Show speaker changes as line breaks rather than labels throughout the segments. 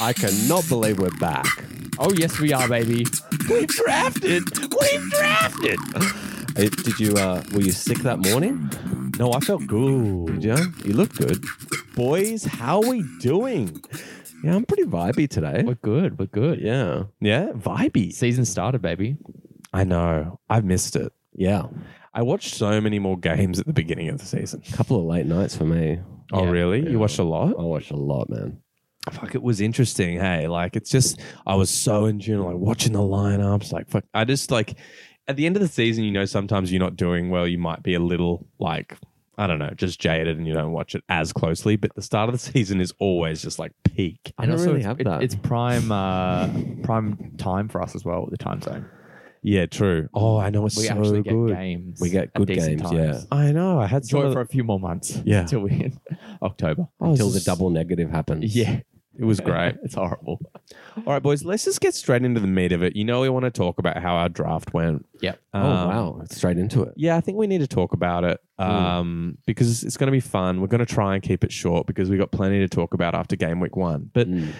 I cannot believe we're back.
Oh, yes, we are, baby.
We've drafted. We've drafted. did you? Uh, were you sick that morning? No, I felt good. Yeah, you look good, boys. How we doing? Yeah, I'm pretty vibey today.
We're good. We're good.
Yeah, yeah, vibey.
Season started, baby.
I know. I've missed it. Yeah, I watched so many more games at the beginning of the season.
couple of late nights for me.
Oh,
Yeah.
really? You watched a lot?
I watched a lot, man.
fuck, it was interesting. Hey, like it's just I was so in tune, like watching the lineups. Like fuck, I just like at the end of the season, you know, sometimes you're not doing well. You might be a little like I don't know, just jaded, and you don't watch it as closely. But the start of the season is always just like peak.
I don't
also
really
it's-
have
it-
that.
It's prime uh, prime time for us as well, the time zone.
Yeah, true. Oh, I know it's
We
so
actually get
good.
games.
We get
at
good
decent
games,
times.
yeah.
I know. I had some.
Enjoy
Of
it for
the,
a few more months.
Yeah.
Until we hit October.
Oh,
Until the
it's-
double negative happens.
Yeah.
It was great.
it's horrible.
All right, boys. Let's just get straight into the meat of it. You know, we want to talk about how our draft went.
Yep.
Oh
Um,
wow! Straight into it.
Yeah, I think we need to talk about it um, because it's going to be fun. We're going to try and keep it short because we got plenty to talk about after game week one. But
Mm.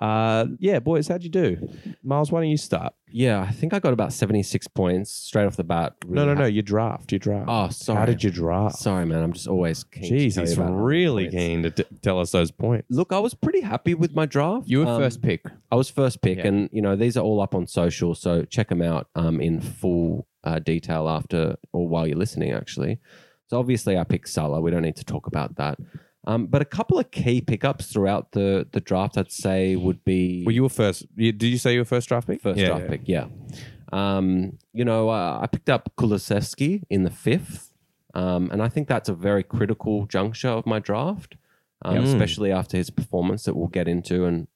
uh, yeah, boys, how'd you do? Miles, why don't you start?
Yeah, I think I got about seventy six points straight off the bat.
No, no,
Really
no, your draft, your draft.
ha- Oh, sorry.
How did you draft?
Sorry, man. I'm just always keen.
Jeez,
to tell you
he's
about other
really
points.
keen to t- tell us those points.
Look, I was pretty happy with my draft.
You were
Um,
first pick.
I was first pick,
Yeah.
and you know these are all up on social, so check them out um, in full uh, detail after or while you're listening. Actually, so obviously I picked Salah. We don't need to talk about that. Um, but a couple of key pickups throughout the the draft, I'd say, would be
Well, you were first. You, did you say you were first draft pick?
first
Yeah,
draft
yeah.
pick. Yeah, um, you know uh, I picked up Kulisevsky in the fifth, um, and I think that's a very critical juncture of my draft, um,
Yeah. Mm.
especially after his performance that we'll get into and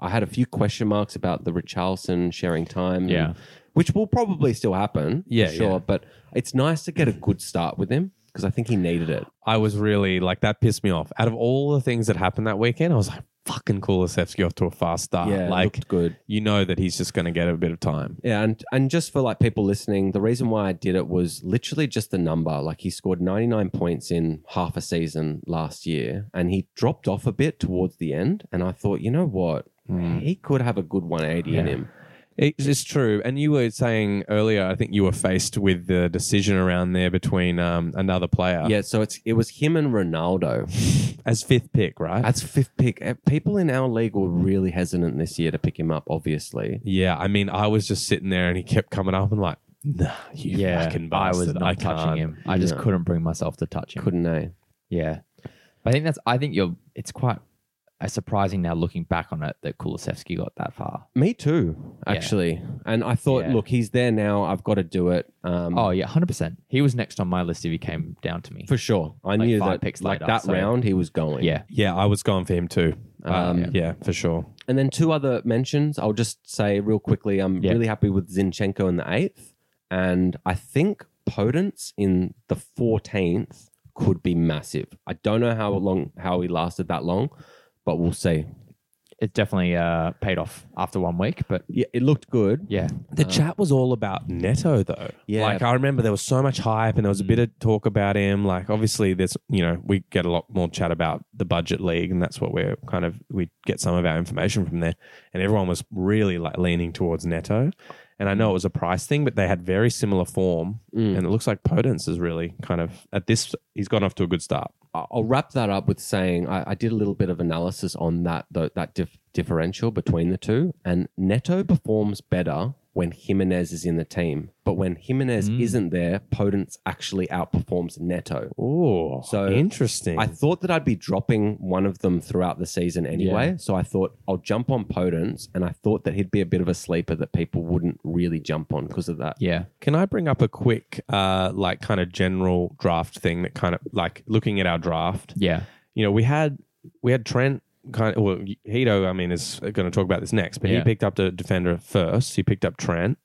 I had a few question marks about the Richarlison sharing time. and-
Yeah.
which will probably still happen. for
Yeah,
sure.
yeah.
But it's nice to get a good start with him because I think he needed it.
I was really like that pissed me off. Out of all the things that happened that weekend, I was like, fucking Kulisevsky off to a fast start.
it
Uh, like
looked good.
you know that he's just going to get a bit of time.
Yeah, and and just for like people listening, the reason why I did it was literally just the number. Like he scored 99 points in half a season last year, and he dropped off a bit towards the end. And I thought, you know what,
Hmm.
he could have a good 180 in
Yeah.
him.
It's, it's true. And you were saying earlier, I think you were faced with the decision around there between um, another player
Yeah, so it's it was him and Ronaldo.
as fifth pick, right?
That's fifth pick. Uh, People in our league were really hesitant this year to pick him up. Obviously,
yeah. I mean, I was just sitting there and he kept coming up and like, nah, you fucking
I was
bastard.
not touching
can't."
him. I just
No.
couldn't bring myself to touch him.
couldn't they?
Yeah. But I think that's, I think you're, it's quite uh, surprising now looking back on it that Kulisevsky got that far.
Me too,
Yeah.
actually. And I thought,
Yeah.
look, he's there now. I've got to do it. Um,
Oh, yeah, 100%. He was next on my list if he came down to me.
for sure. I
Like
knew
five
that.
picks
like
later,
that
so-
round, he was going.
Yeah.
Yeah, I was going for him too. Um,
Um,
yeah. for sure.
And then two other mentions. I'll just say real quickly. I'm
Yeah.
really happy with Zinchenko in the eighth, and I think Potence in the fourteenth could be massive. I don't know how long how he lasted that long, but we'll see.
It definitely uh, paid off after one week, but
Yeah, it looked good.
yeah.
The chat was all about Neto though.
Uh-huh. Yeah. Mm.
Like I remember there was so much hype and there was a bit of talk about him. Like obviously there's you know, we get a lot more chat about the budget league and that's what we're kind of we get some of our information from there. And everyone was really like leaning towards Neto. And I know it was a price thing, but they had very similar form.
Mm.
And it looks like Potence is really kind of at this he's gone off to a good start.
I- I'll wrap that up with saying I, I did a little bit of analysis on that tho- that dif- differential between the two, and Neto performs better when Jimenez is in the team, but when Jimenez
Mm.
isn't there, Potence actually outperforms Neto.
Oh
So,
interesting.
I thought that I'd be dropping one of them throughout the season anyway, so I thought I'll jump on Potence, and I thought that he'd be a bit of a sleeper that people wouldn't really jump on because of that.
Yeah.
Can I bring up a quick uh like kind of general draft thing that kind of like looking at our draft?
Yeah.
you know, we had we had Trent kind of well, Hito, I mean, is going to talk about this next, but he
Yeah.
picked up the defender first. He picked up Trent.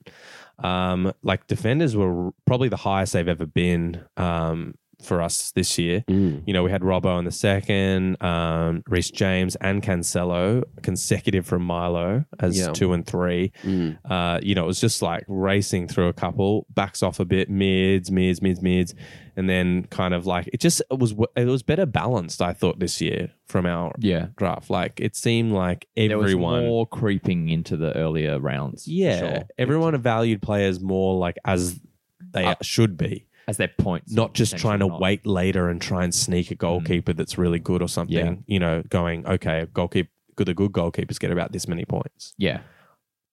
Um, like defenders were probably the highest they've ever been. Um, for us this year.
Mm.
You know, we had Robbo in the second, um, Reese James and Cancelo consecutive from Milo as
Yeah.
two and three.
Mm.
Uh, you know, it was just like racing through a couple, backs off a bit, mids, mids, mids, mids, and then kind of like it just it was it was better balanced. I thought this year from our
Yeah.
draft, like it seemed like
There was
everyone.
more creeping into the earlier rounds. for
yeah,
sure.
everyone valued players more like as they
Uh,
should be,
as their points,
not just trying to
potentially not. Mm.
wait later and try and sneak a goalkeeper that's really good or something.
Yeah.
You know, going okay, goalkeeper, good, the good goalkeepers get about this many points.
Yeah,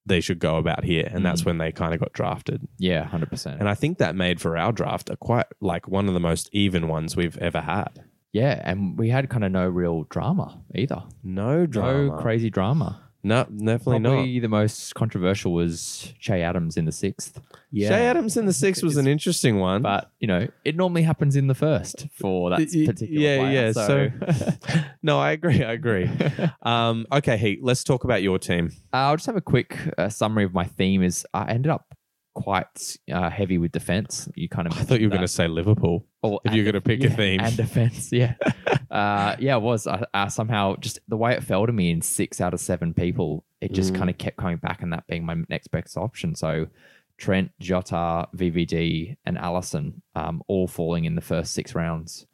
They should go about here, and
Mm.
that's when they kind of got drafted.
yeah, hundred percent.
And I think that made for our draft a quite like one of the most even ones we've ever had.
Yeah, and we had kind of no real drama either.
No drama.
No crazy drama.
No, definitely not.
Probably the most controversial was Che Adams in the sixth,
Shay Adams in the six was an interesting one.
but you know it normally happens in the first for that
Y- y-
particular
yeah,
player.
yeah.
So,
no, I agree. I agree. um, okay, hey, let's talk about your team.
I'll just have a quick uh, summary of my theme. Is I ended up quite uh, heavy with defense. You kind of
I thought you were going to say Liverpool.
to
If you're going to pick a
Yeah,
theme,
and defense. Yeah, uh, yeah, it was. I, I somehow just the way it fell to me in six out of seven people, it just
Mm.
kind of kept coming back, and that being my next best option. So Trent, Jota, VVD, and Allison, um, all falling in the first six rounds.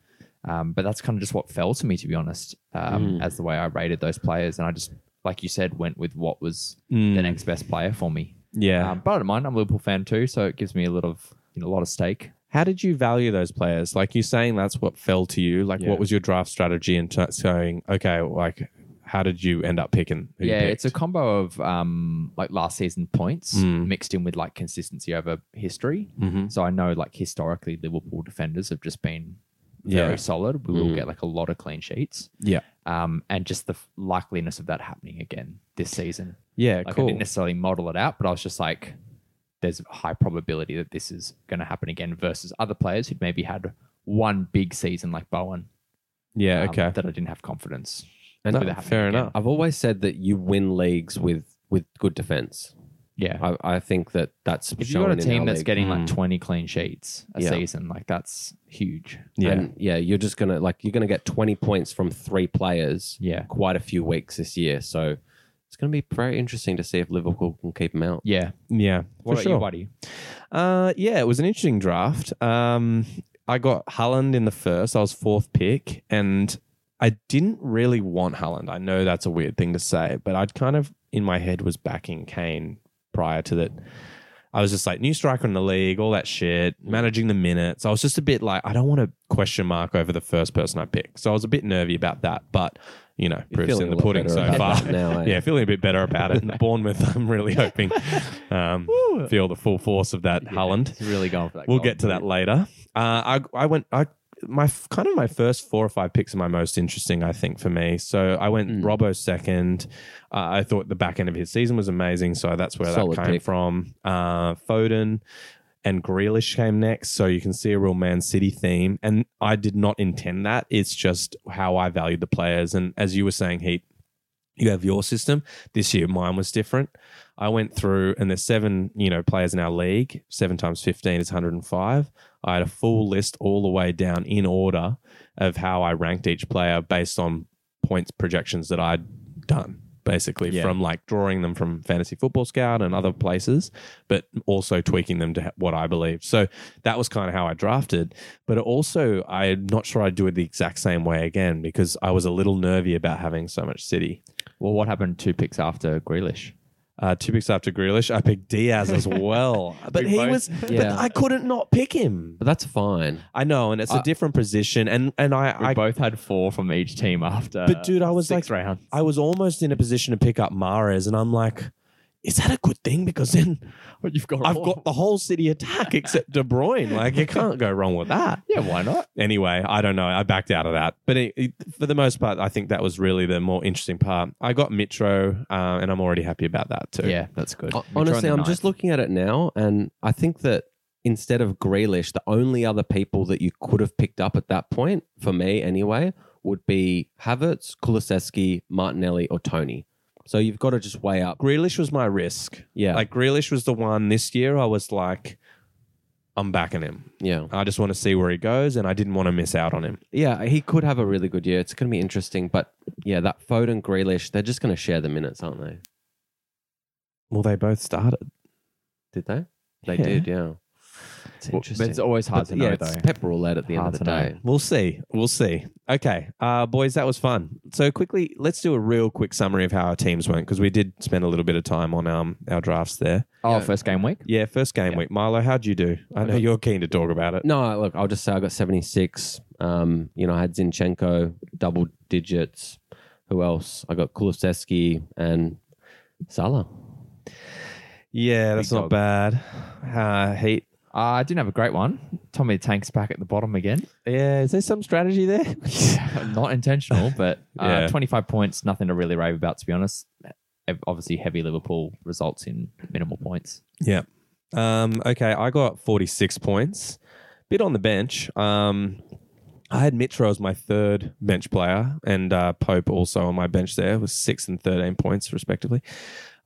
Um, but that's kind of just what fell to me, to be honest, um,
Mm.
as the way I rated those players, and I just, like you said, went with what was
Mm,
the next best player for me.
yeah.
Um, but I don't mind. I'm a Liverpool fan too, so it gives me a lot of you know a lot of stake.
How did you value those players? Like you saying that's what fell to you. Like,
Yeah.
what was your draft strategy and t- saying, okay, like, how did you end up picking? who you
yeah, it's a
picked?
combo of um, like last season points
Mm.
mixed in with like consistency over history.
Mhm.
So I know like historically Liverpool defenders have just been
Yeah. Hmm.
very solid. We will
Mm.
get like a lot of clean sheets.
Yeah.
Um, and just the f- likeliness of that happening again this season.
Yeah,
Like I
cool.
didn't necessarily model it out, but I was just like, there's a high probability that this is going to happen again versus other players who'd maybe had one big season like Bowen.
Yeah,
um,
okay.
That I didn't have confidence.
And
No,
with it happening
fair
again.
enough.
I've always said that you win leagues with with good defense.
Yeah.
I, I think that that's
if you've
shown
got a
in
team
our
that's
league.
getting like
Mm.
20 clean sheets a
Yeah.
season, like that's huge.
Yeah.
And, yeah, you're just gonna like you're gonna get 20 points from three players
Yeah.
quite a few weeks this year. So it's gonna be very interesting to see if Liverpool can keep them out.
Yeah.
yeah,
What
for
about
sure.
you, buddy?
Uh, yeah, it was an interesting draft. Um, I got Holland in the first. I was fourth pick, and I didn't really want Holland. I know that's a weird thing to say, but I'd kind of in my head was backing Kane prior to that. I was just like new striker in the league, all that shit, managing the minutes. I was just a bit like, I don't want to question mark over the first person I pick. So I was a bit nervy about that, but you know,
You're
proof's
feeling
in
a
the
lot
pudding
better
so
about
far.
that now, eh?
yeah, feeling a bit better about it. And Bournemouth, I'm really hoping um, feel the full force of that Holland.
He's really going for that.
We'll
goal.
get to that later. Uh, I I went I my f- kind of my first four or five picks are my most interesting, I think, for me. So I went
Mm.
Robbo second. Uh, I thought the back end of his season was amazing, so that's where
Solid
that came
pick.
from. Uh, Foden and Grealish came next, so you can see a real Man City theme. And I did not intend that. It's just how I valued the players. And as you were saying, Heat, you have your system. This year, mine was different. I went through, and there's seven, you know, players in our league. Seven times fifteen is 105. I had a full list all the way down in order of how I ranked each player based on points projections that I'd done, basically
Yeah.
from like drawing them from Fantasy Football Scout and other places, but also tweaking them to ha- what I believed. So that was kind of how I drafted. But it also, I'm not sure I'd do it the exact same way again because I was a little nervy about having so much City.
Well, what happened two picks after Grealish?
Uh, two picks after Grealish, I picked Diaz as well, but
We
he
both-
was,
Yeah.
but I couldn't not pick him.
But that's fine.
I know, and it's a
I-
different position, and and I,
Uh, We
I
both had four from each team after.
But dude, I was
six
like-
rounds.
I was almost in a position to pick up Mares, and I'm like, is that a good thing? Because then
But you've got.
I've got the whole city attack except De Bruyne. Like you can't go wrong with that.
Yeah, why not?
Anyway, I don't know. I backed out of that, but it, it- for the most part, I think that was really the more interesting part. I got Mitro, uh, and I'm already happy about that too.
Yeah, that's good.
O- Honestly, I'm just looking at it now, and I think that instead of Grealish, the only other people that you could have picked up at that point, for me anyway, would be Havertz, Kulisewski, Martinelli, or Tony. So you've got to just weigh up.
Grealish was my risk.
Yeah.
Like Grealish was the one this year. I was like, I'm backing him.
Yeah.
I just want to see where he goes, and I didn't want to miss out on him.
Yeah, he could have a really good year. It's going to be interesting. But yeah, that Foden, Grealish, they're just going to share the minutes, aren't they?
Well, they both started.
Did they? They
Yeah.
did, yeah. It's
Well,
interesting.
but it's always hard
But
to know
yeah,
though.
it's Pep roulette at the
Hard
end of the
to know.
day.
We'll see. We'll see. Okay, uh, boys, that was fun. So quickly, let's do a real quick summary of how our teams went because we did spend a little bit of time on um, our drafts there.
oh,
Yeah.
first game week.
Yeah, first game week. Milo, how'd you do? I know you're keen to talk about it.
No, look, I'll just say I got 76. Um, you know, I had Zinchenko, double digits. Who else? I got Kulusevski and Salah.
Yeah, that's
Big
not
dog.
bad. Uh, heat.
Uh, I didn't have a great one. Tommy the Tank's back at the bottom again.
Yeah, is there some strategy there?
Not intentional, but uh,
Yeah.
25 points, nothing to really rave about, to be honest. Ev- Obviously, heavy Liverpool results in minimal points.
Yeah. Um, okay, I got 46 points. Bit on the bench. Um, I had Mitro as my third bench player and uh, Pope also on my bench there with 6 and 13 points respectively.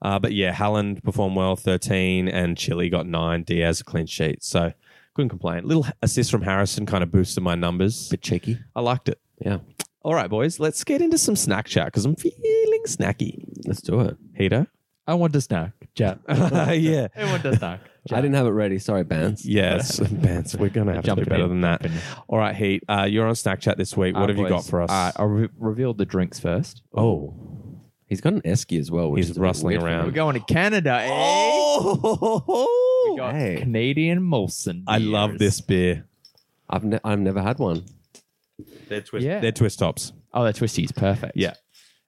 Uh, but yeah, Halland performed well, 13, and Chile got 9, Diaz a clean sheet. So couldn't complain. Little assist from Harrison kind of boosted my numbers.
Bit cheeky.
I liked it.
Yeah,
All right, boys, let's get into some snack chat because I'm feeling snacky.
let's do it.
Heater?
I want to snack, Jack.
yeah.
I want to snack.
I didn't have it ready. Sorry, Bans.
Yes, Bance, we're going to have to do
Jumping
better
in,
than that.
jumping in.
All right, Heat, uh, you're on Snack Chat this week. What have you got for us?
Uh, I re- revealed the drinks first.
Oh, he's got an Esky as well. Which
He's
is a bit
rustling
weird for
around.
me.
We're going to Canada, eh?
oh,
We got
hey.
Canadian Molson.
I love
beers.
this beer.
I've ne- I've never had one.
They're twist,
Yeah.
they're twist tops.
Oh, the twisties, perfect.
Yeah.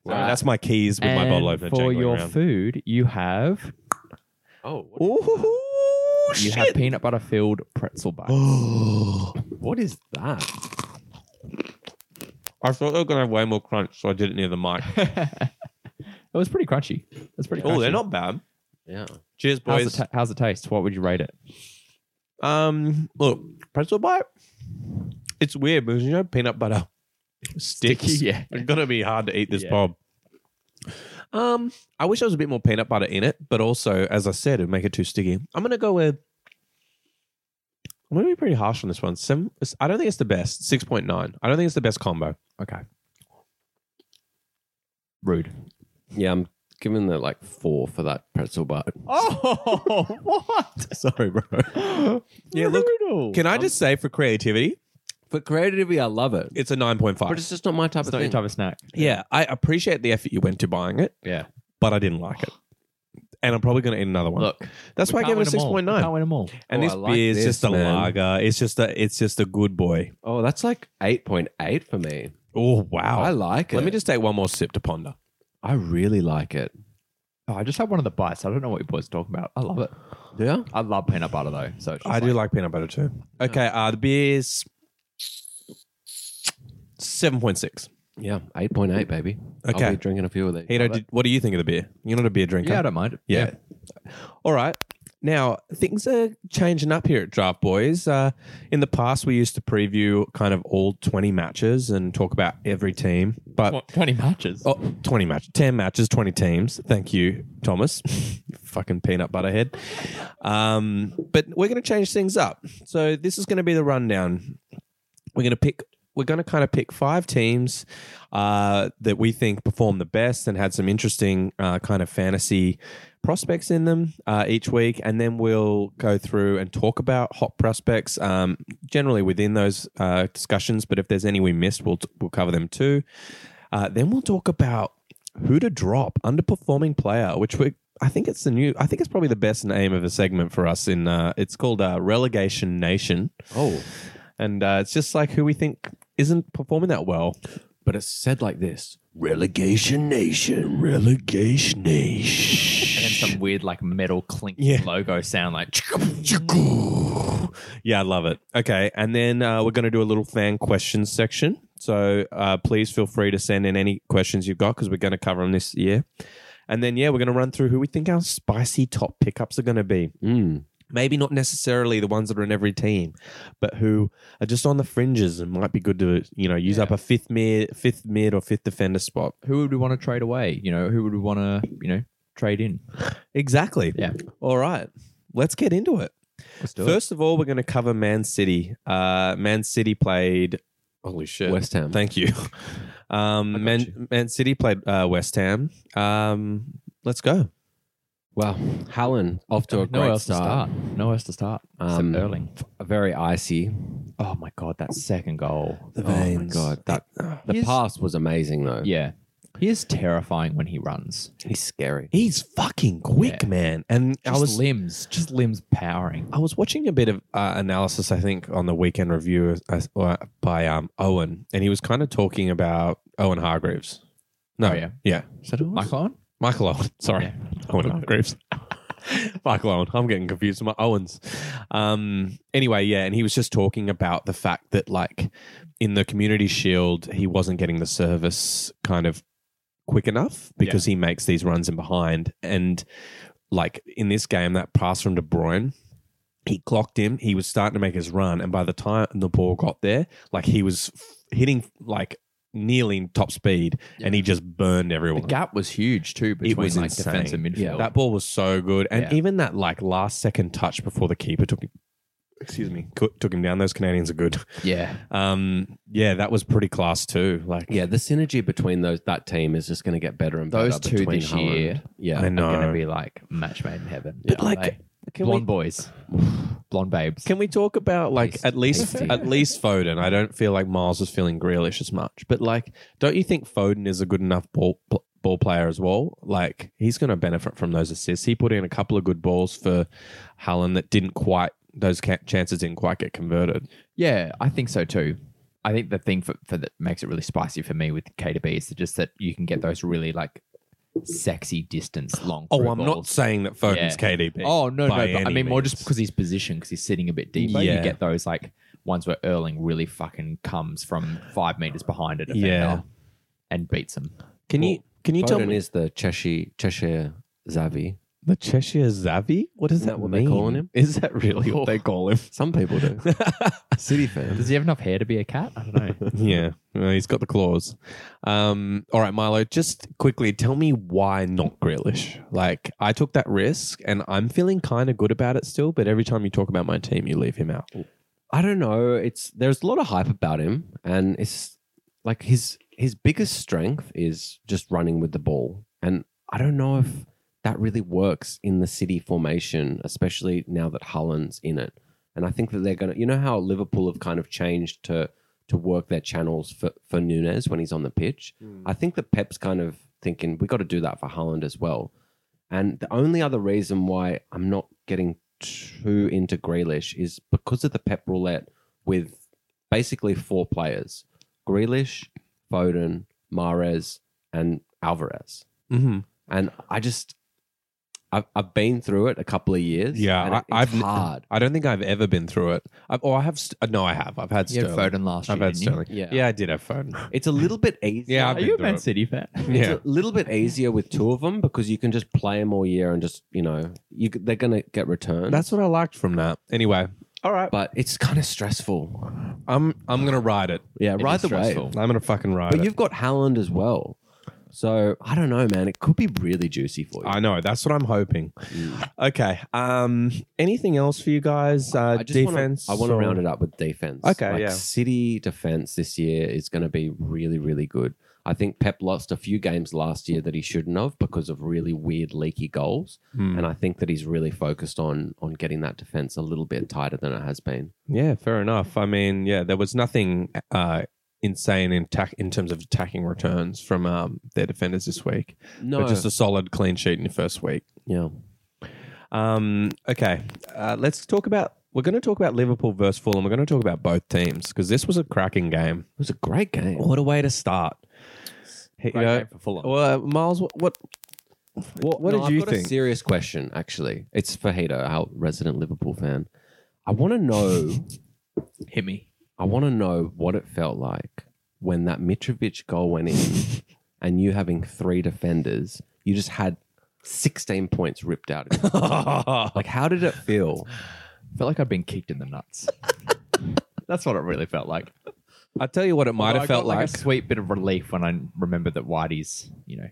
Sorry,
Uh,
that's my keys with my
and
bottle opener.
for
jangling
your
around.
food, you have
Oh,
Ooh,
you
Oh, shit. Oh.
have peanut butter filled pretzel bites.
what is that?
I thought they were going to have way more crunch, so I did it near the mic.
It was pretty crunchy. It was pretty.
oh,
crunchy.
they're not bad.
Yeah,
Cheers,
How's it,
boys.
ta- how's it taste? What would you rate it?
um, look, pretzel bite. It's weird because you know peanut butter sticks.
Sticky, yeah.
it's gonna be hard to eat this
Yeah.
bob. Um, I wish there was a bit more peanut butter in it, but also, as I said, it'd make it too sticky. I'm gonna go with. I'm gonna be pretty harsh on this one. Seven, I don't think it's the best. Six point nine. I don't think it's the best combo.
Okay. Rude.
yeah. I'm giving it like four for that pretzel bite.
Oh, what?
Sorry, bro. Yeah, look,
Brutal.
Can I just say for creativity,
For creativity, I love it,
it's a nine point
but
five.
it's just not my type
It's
of
not your
thing.
type of snack.
Yeah, I appreciate the effort you went to buying it,
Yeah.
but I didn't like it, and I'm probably gonna eat another one.
Look,
That's
we
why I
can't
gave it a
win them
six
all.
point
We
nine.
Can't win them all.
And
Oh,
this
I like
beer is
this,
just a
man.
lager. It's just a it's just a good boy.
Oh, that's like eight point eight for me.
Oh wow.
I like it.
Let me just take one more sip to ponder.
I really like it.
Oh, I just had one of the bites. I don't know what you boys are talking about. I love it.
Yeah.
I love peanut butter though. So it's just
I do like peanut butter too. Okay, uh the beer's seven point six.
Yeah, eight point eight, baby.
Okay.
I'll be drinking a few of these.
Hito, did, what do you think of the beer? You're not a beer drinker.
Yeah, I don't mind.
Yeah. All right. Now things are changing up here at Draft Boys. Uh, in the past, we used to preview kind of all 20 matches and talk about every team, but
What, Twenty matches.
Oh, 20 matches, 10 matches, 20 teams. Thank you, Thomas. Fucking peanut butter head. Um, but we're going to change things up. So this is going to be the rundown. We're going to pick, we're going to kind of pick five teams uh, that we think performed the best and had some interesting uh, kind of fantasy prospects in them uh, each week. And then we'll go through and talk about hot prospects um, generally within those uh, discussions. But if there's any we missed, we'll, we'll cover them too. Uh, then we'll talk about who to drop, underperforming player, which we I think it's the new. I think it's probably the best name of a segment for us. In uh, it's called uh, Relegation Nation,
Oh,
and uh, it's just like who we think isn't performing that well.
but it's said like this: relegation nation, relegation nation.
And then some weird like metal clink
Yeah.
logo sound like
Yeah, I love it. Okay, and then uh, we're going to do a little fan questions section. So uh, please feel free to send in any questions you've got because we're going to cover them this year. And then yeah, we're going to run through who we think our spicy top pickups are going to be.
Mm.
maybe not necessarily the ones that are in every team, but who are just on the fringes and might be good to you know use
Yeah.
up a fifth mid, fifth mid or fifth defender spot.
who would we want to trade away? You know, who would we want to, you know, trade in?
Exactly.
Yeah.
All right, let's get into it.
Let's do
First of all, we're going to cover Man City. Uh, Man City played. Holy shit.
West Ham.
Thank you.
got
Um, Man, Man City played uh, West Ham. Um, let's go.
Wow, Hallen off to a
it. Nowhere
great
else to
start.
start. Nowhere else to start.
Um,
Except Erling.
Very icy.
Oh my god, that second goal.
The
Oh my god, that the
He's-
pass was amazing though.
Yeah. He is terrifying when he runs.
he's scary.
He's fucking quick,
Yeah.
man. And
Just
I was
limbs, just limbs powering.
I was watching a bit of uh, analysis, I think, on the weekend review uh, uh, by um, Owen, and he was kind of talking about Owen Hargreaves. No,
Oh, yeah.
yeah. Is that who it was?
Michael Owen?
Michael Owen. Sorry,
Yeah.
Owen Hargreaves. Michael Owen. I'm getting confused with my Owens. Um, anyway, yeah, and he was just talking about the fact that, like, in the Community Shield, he wasn't getting the service kind of quick enough because he makes these runs in behind. And, like, in this game, that pass from De Bruyne, he clocked him. He was starting to make his run. And by the time the ball got there, like, he was f- hitting, like, nearly top speed and he just burned
The
everyone.
gap was huge too between
was
like
insane.
defense and midfield.
Yeah.
That ball was so good, and
Yeah.
even that like last second touch before the keeper took him. Excuse me, co- took him down. Those Canadians are good.
yeah.
Um, yeah, that was pretty class too. Like,
Yeah, the synergy between those that team is just going to get better and better.
Those two
between
this
Haaland.
year
Yeah,
I
Are
know.
gonna be like match made in heaven.
But, like,
Aren't they?
can
blonde
we-
boys. blonde babes.
Can we talk about like
Tasty,
at least
tasty.
at least Foden? I don't feel like Miles is feeling Grealish as much, but like, don't you think Foden is a good enough ball pl- ball player as well? Like, he's going to benefit from those assists. He put in a couple of good balls for Hallen that didn't quite those ca- chances didn't quite get converted.
Yeah, I think so too. I think the thing for, for that makes it really spicy for me with K to B is just that you can get those really like sexy distance long.
Oh,
through
I'm not
balls.
saying that Foden's
Yeah.
KDB.
Oh no, no,
by
but I
any
mean more just
means.
because he's positioned because he's sitting a bit deeper.
Yeah.
You get those like ones where Erling really fucking comes from five meters behind a defender
Yeah.
and beats him.
Can you can you tell
Foden
me
is the Cheshire Cheshire Zavi.
the Cheshire Zavi? What is
Isn't
Mm,
that?
that what
mean?
they're calling him?
Is that really what they call him?
Some people do. City fans.
Does he have enough hair to be a cat? I don't know.
yeah, well, he's got the claws. Um, all right, Milo, just quickly tell me why not Grealish. Like I took that risk, and I'm feeling kind of good about it still. But every time you talk about my team, you leave him out.
I don't know. It's there's a lot of hype about him, and it's like his his biggest strength is just running with the ball, and I don't know if that really works in the City formation, especially now that Holland's in it. And I think that they're gonna, you know, how Liverpool have kind of changed to to work their channels for for Nunes when he's on the pitch. I think that Pep's kind of thinking we got to do that for Holland as well. And the only other reason why I'm not getting too into Grealish is because of the Pep roulette with basically four players: Grealish, Foden, Mares, and Alvarez.
Mm-hmm.
And I just, I've, I've been through it a couple of years.
Yeah,
and
I-
it's
I've-
hard.
I don't think I've ever been through it. I've, oh, I have. St- no, I have. I've had
You had
Sterling.
Foden last
I've
year.
had
didn't you?
Sterling.
Yeah.
yeah, I did have Foden.
It's a little bit easier.
Yeah, I've
Are
been
you a
through
Man
it.
City fan?
Yeah.
It's a little bit easier with two of them because you can just play them all year and just you know you c- they're gonna get returned.
That's what I liked from that. Anyway, all right.
but it's kind of stressful.
I'm I'm gonna ride it.
Yeah,
is
right the way.
stressful.
I'm gonna fucking ride
But
it.
you've got Haaland as well. So I don't know, man. It could be really juicy for you.
I know. That's what I'm hoping.
Mm.
Okay. Um. Anything else for you guys? Uh,
I just
defense.
Wanna, I want to round it up with defense.
Okay,
Like,
yeah.
City defense this year is going to be really, really good. I think Pep lost a few games last year that he shouldn't have because of really weird, leaky goals.
Hmm.
And I think that he's really focused on on getting that defense a little bit tighter than it has been.
Yeah. Fair enough. I mean, yeah. There was nothing uh insane in tack in terms of attacking returns from um their defenders this week.
No,
But just a solid clean sheet in your first week.
yeah.
Um. Okay. Uh, let's talk about. We're going to talk about Liverpool versus Fulham. We're going to talk about both teams because this was a cracking game.
It was a great game.
What a way to start. You
Great
know,
game for Fulham.
Well, Miles, what what, what,
No,
did you
I've got
think?
A serious question, actually. It's for Hater, our resident Liverpool fan. I want to know.
Hit me.
I want to know what it felt like when that Mitrovic goal went in, and you having three defenders, you just had sixteen points ripped out. of you. like, how did it feel?
Felt like I'd been kicked in the nuts. That's what it really felt like.
I tell you what, it might
Although
have
I
felt
got, like,
like.
a sweet bit of relief when I remembered that Whitey's, you know,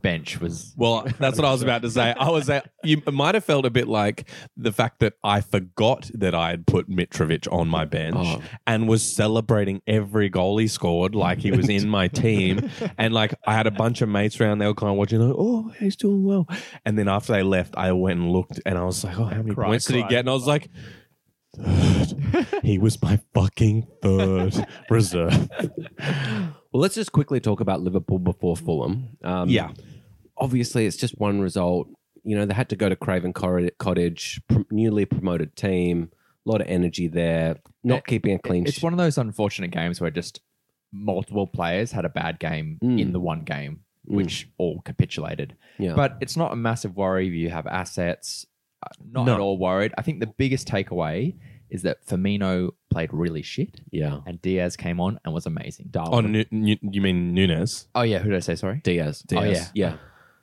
bench was
Well, that's what I was about to say. I was at, you might have felt a bit like the fact that I forgot that I had put Mitrovic on my bench
Oh.
and was celebrating every goal he scored like he was in my team. And like I had a bunch of mates around, they were kind of watching, like, oh, he's doing well. And then after they left, I went and looked and I was like, oh, how many
Cry,
points did he
cry,
get? And I was like, third. he was my fucking third reserve.
Well, let's just quickly talk about Liverpool before Fulham. Um,
Yeah.
obviously it's just one result. You know, they had to go to Craven Cor- Cottage, pr- newly promoted team, a lot of energy there, not
It-
keeping a clean
It's
sheet.
one of those unfortunate games where just multiple players had a bad game
Mm.
in the one game,
Mm.
which all capitulated.
Yeah.
But it's not a massive worry if you have assets. Uh, Not
No.
at all worried. I think the biggest takeaway is that Firmino played really shit,
yeah,
and Diaz came on and was amazing.
Oh, Nu- Nu- you mean Nunes?
Oh yeah, who did I say? Sorry,
Diaz.
Oh,
Diaz. yeah.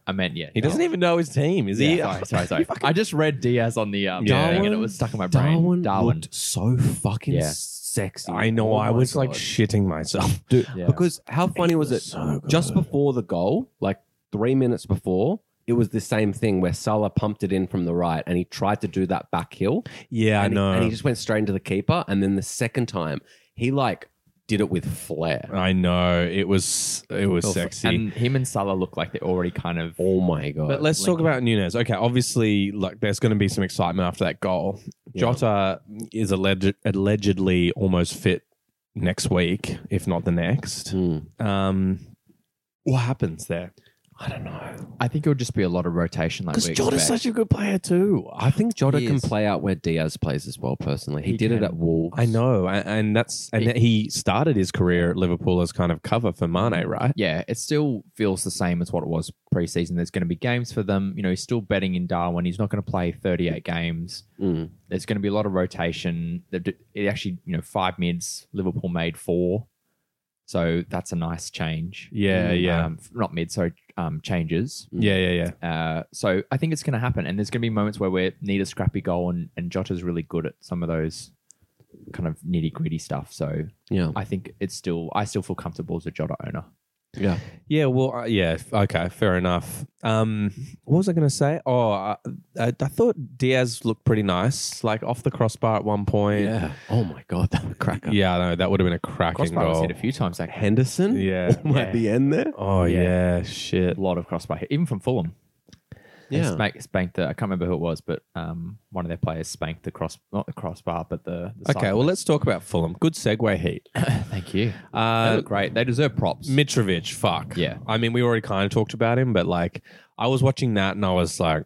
I meant yeah.
He doesn't even know his team, is he?
Yeah, sorry, sorry, sorry. I just read Diaz on the um,
Yeah.
thing and it was stuck in my brain. Darwin,
looked so fucking
Yeah.
sexy.
I know.
Oh
I
my
was like
God.
shitting myself.
Dude,
Yeah.
because how funny was, it?
so
Just before the goal, like three minutes before, it was the same thing where Salah pumped it in from the right and he tried to do that back heel.
Yeah,
and
I know.
He, and he just went straight into the keeper. And then the second time, he like did it with flair.
I know. It was it was
Oh,
sexy.
and him and Salah look like they're already kind of
Oh my god!
but let's talk
Lincoln.
about Nunes. Okay, obviously, like there's going to be some excitement after that goal.
Yeah.
Jota is alleged, allegedly almost fit next week, if not the next.
Hmm.
Um, what happens there?
I don't know
I think it'll just be a lot of rotation. Like
Because
we
Jota's
expect.
such a good player too.
I think Jota
He
can
is.
play out where Diaz plays as well. Personally, he,
He
did it
can.
at Wolves.
I know, and, and that's and
He-
that he started his career at Liverpool as kind of cover for Mane, right?
yeah, it still feels the same as what it was preseason. There's going to be games for them. You know, he's still betting in Darwin. He's not going to play 38 games.
Mm.
There's going to be a lot of rotation. They've d- It actually, you know, five mids. Liverpool made four, so that's a nice change.
Yeah, yeah.
Um, f- not mid, sorry, um, changes.
Yeah, yeah, yeah.
Uh, so I think it's going to happen, and there's going to be moments where we need a scrappy goal, and, and Jota's really good at some of those kind of nitty gritty stuff. So
Yeah,
I think it's still, I still feel comfortable as a Jota owner.
yeah.
Yeah, well, uh, yeah, f- okay, fair enough. Um, what was I going to say? Oh, I, I, I thought Diaz looked pretty nice, like off the crossbar at one point.
Oh my god, that cracker.
yeah, no, that would have been a cracking
Crossbar was
goal.
hit a few times. Like
Henderson.
Yeah.
at the end there.
Oh yeah,
Yeah.
shit.
a lot of crossbar hit, even from Fulham. They
Yeah.
spank, spanked the. I can't remember who it was, but um, one of their players spanked the cross, not the crossbar, but the. the
Okay, well, let's talk about Fulham. Good segue, Heat.
side. thank you. they
Uh,
look great. They deserve props.
Mitrovic, fuck.
Yeah.
I mean, we already kind of talked about him, but like, I was watching that and I was like,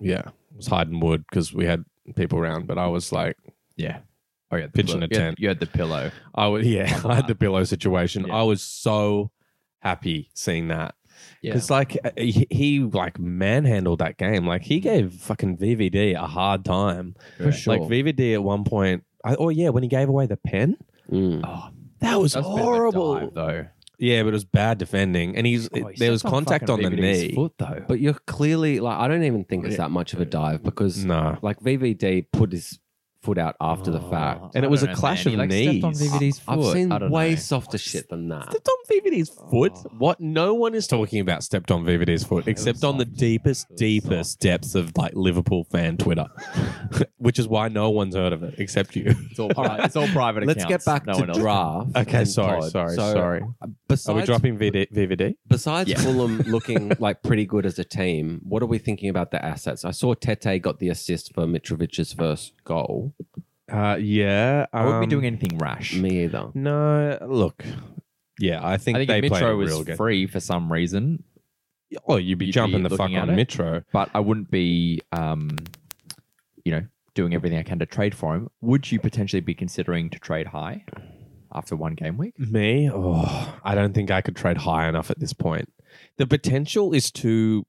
yeah, it was hiding wood because we had people around, but I was like,
yeah. Oh yeah, the
Pitching
pillow.
a
You had-
tent.
You had the pillow.
I was yeah, I had the pillow situation.
Yeah.
I was so happy seeing that
Yeah.
because like uh, he, he like manhandled that game. Like he gave fucking VVD a hard time.
For
sure.
Like VVD at one point. I, oh yeah, when he gave away the pen,
Mm.
Oh,
that was
that was a bit of a
horrible.
dive, though.
yeah, but it was bad defending, and he's
Oh, he
there was
stepped
contact on
fucking
the
BBD's
knee.
foot though.
But you're clearly like I don't even think it's that much of a dive because
Nah.
like VVD put his foot out after the
Oh,
fact.
And it was a clash of
like, stepped on
knees.
VVD's foot.
I've seen
I don't
way
know.
softer shit than that.
Stepped on VVD's foot.
Oh.
What? No one is talking about stepped on VVD's foot, except on the deepest, deepest depths of like Liverpool fan Twitter, which is why no one's heard of it except you.
It's all, pri- it's all private
Let's
accounts.
get back
no
to
one else.
draft.
Okay,
and
sorry,
Todd.
sorry,
So,
sorry.
Besides,
Are we dropping VD, VVD?
besides
Yeah.
Fulham looking like pretty good as a team, what are we thinking about the assets? I saw Tete got the assist for Mitrovic's first goal.
Uh, yeah.
I wouldn't be doing anything rash.
Me either.
No, look. Yeah, I think,
I think
they
if
played a
Mitro
real
was
good.
free for some reason,
Oh, you'd be
You'd be
jumping the fuck
looking
on
at it.
Mitro.
but I wouldn't be, um, you know, doing everything I can to trade for him. Would you potentially be considering to trade high after one game week?
Me? Oh, I don't think I could trade high enough at this point. The potential is too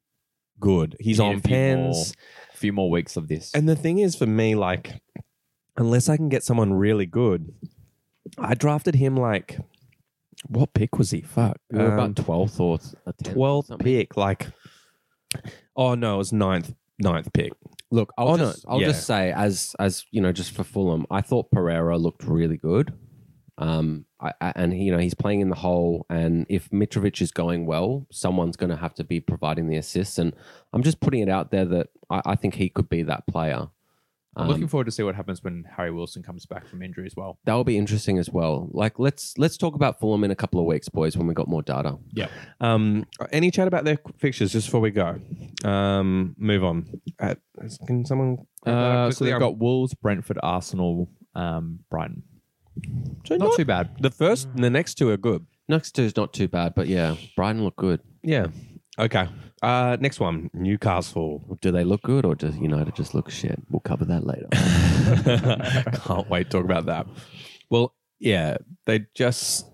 good. He's
You need
on
a few
pens.
more- A few more weeks of this.
And the thing is, for me, like, unless I can get someone really good, I drafted him like, what pick was he? Fuck,
We were
Um,
about twelfth or
twelfth pick. Like, oh no, it was ninth, ninth pick.
Look, I'll,
Oh, no,
just, I'll
yeah.
just say as as you know, just for Fulham, I thought Pereira looked really good. Um, I, I- and he, you know he's playing in the hole, and if Mitrovic is going well, someone's going to have to be providing the assists. And I'm just putting it out there that I, I think he could be that player.
I'm
Um,
looking forward to see what happens when Harry Wilson comes back from injury as well.
that will be interesting as well. Like let's let's talk about Fulham in a couple of weeks, boys, when we got more data.
Um, any chat about their fixtures just before we go? Um, move on. Uh, can someone?
Uh, so
quickly?
they've
I'm-
got Wolves, Brentford, Arsenal, um, Brighton.
So
Not
not-
too bad.
the first, the next two are good.
Next two is not too bad, but yeah, Brighton look good.
Yeah. Okay. Uh, next one, Newcastle.
Do they look good or does United just look shit? We'll cover that later.
Can't wait to talk about that. Well, yeah, they just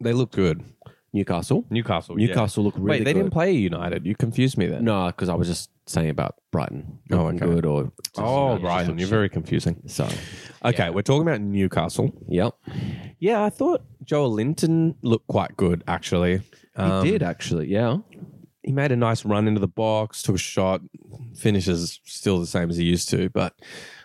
they look good.
Newcastle.
Newcastle. yeah.
Newcastle look really
Wait, they
good.
didn't play United. You confused me there.
No, because I was just saying about Brighton.
Oh,
Looking
okay.
good or
Oh,
just-
Brighton. You're very confusing.
Sorry.
Okay, we're talking about Newcastle.
Yep.
Yeah, I thought Joel Linton looked quite good actually. Um,
he did actually. Yeah.
He made a nice run into the box, took a shot, finishes still the same as he used to. But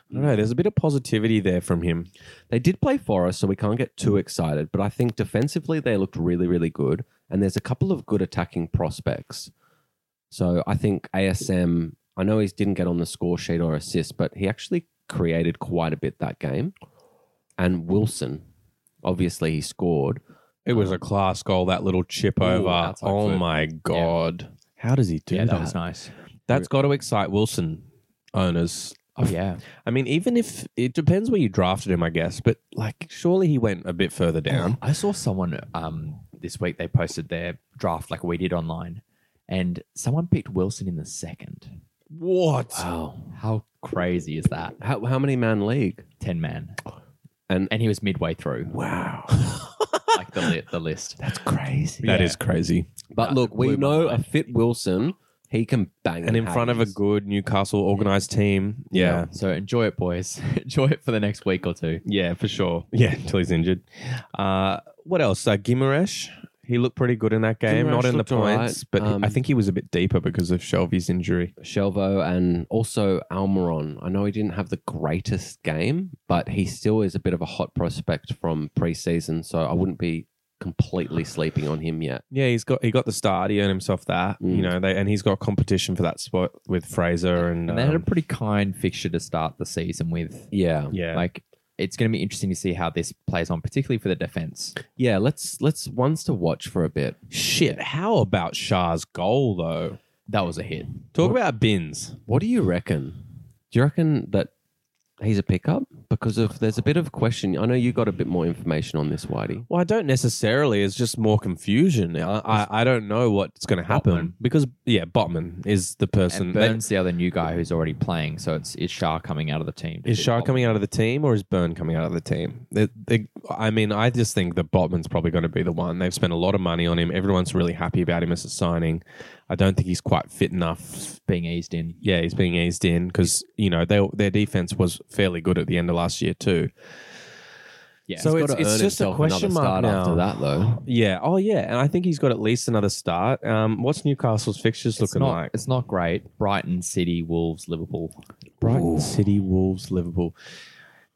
I don't know. There's a bit of positivity there from him.
They did play Forest, so we can't get too excited. But I think defensively they looked really, really good. And there's a couple of good attacking prospects. So I think ASM. I know he didn't get on the score sheet or assist, but he actually created quite a bit that game. And Wilson, obviously, he scored.
It was a class goal. That little chip over.
outside
Oh
foot.
my god! How does he do
Yeah,
that?
that was nice.
That's got to excite Wilson owners.
Oh yeah,
I mean, even if it depends where you drafted him, I guess. But like, surely he went a bit further down.
I saw someone um, this week. They posted their draft like we did online, and someone picked Wilson in the second.
What?
Wow.
How crazy is that?
How, how many man league?
Ten man,
And-
and he was midway through
Wow.
like the li- the list.
That's crazy.
That is
Yeah.
crazy.
But
That
look, we
blew my
know a
mind.
fit Wilson, he can bang
And
the
in front of a
patties.
good Newcastle organized team. Yeah.
So enjoy it, boys. enjoy it for the next week or two.
Yeah, for sure. Yeah, until he's injured. Uh, what else? Uh, Gimaresh. He looked pretty good in that game.
Guimaraes
Not in the
looked all right.
points, but
Um,
I think he was a bit deeper because of Shelby's injury.
Shelvo and also Almiron. I know he didn't have the greatest game, but he still is a bit of a hot prospect from preseason, so I wouldn't be completely sleeping on him yet.
Yeah, he's got he got the start. He earned himself that.
Mm.
You know, they, and he's got competition for that spot with Fraser and,
And they had a
um,
pretty kind fixture to start the season with.
Yeah.
yeah.
Like it's going to be interesting to see how this plays on, particularly for the defense.
Yeah, let's let's ones to watch for a bit.
Shit, how about Shah's goal though?
That was a hit.
Talk about bins.
What do you reckon? Do you reckon that he's a pickup? Because of there's a bit of question. I know you got a bit more information on this, Whitey.
Well, I don't necessarily. It's just more confusion. I I, I don't know what's going to happen
Botman.
because yeah, Botman is the person.
And Burns, the other new guy who's already playing, so it's is Shah coming out of the team.
Is Shah coming out of the team or is Burn coming out of the team? They- they- I mean, I just think that Botman's probably going to be the one. They've spent a lot of money on him. Everyone's really happy about him as a signing. I don't think he's quite fit enough.
being eased in?
Yeah, he's being eased in because you know they, their defense was fairly good at the end of last year too.
Yeah.
So
He's
it's,
gotta
it's
earn
just a
himself
question
another
mark
start
now.
after that though.
Yeah. Oh, yeah. And I think he's got at least another start. Um, what's Newcastle's fixtures
it's
looking
not,
like?
it's not great. Brighton, City, Wolves, Liverpool.
Brighton City, Wolves, Liverpool.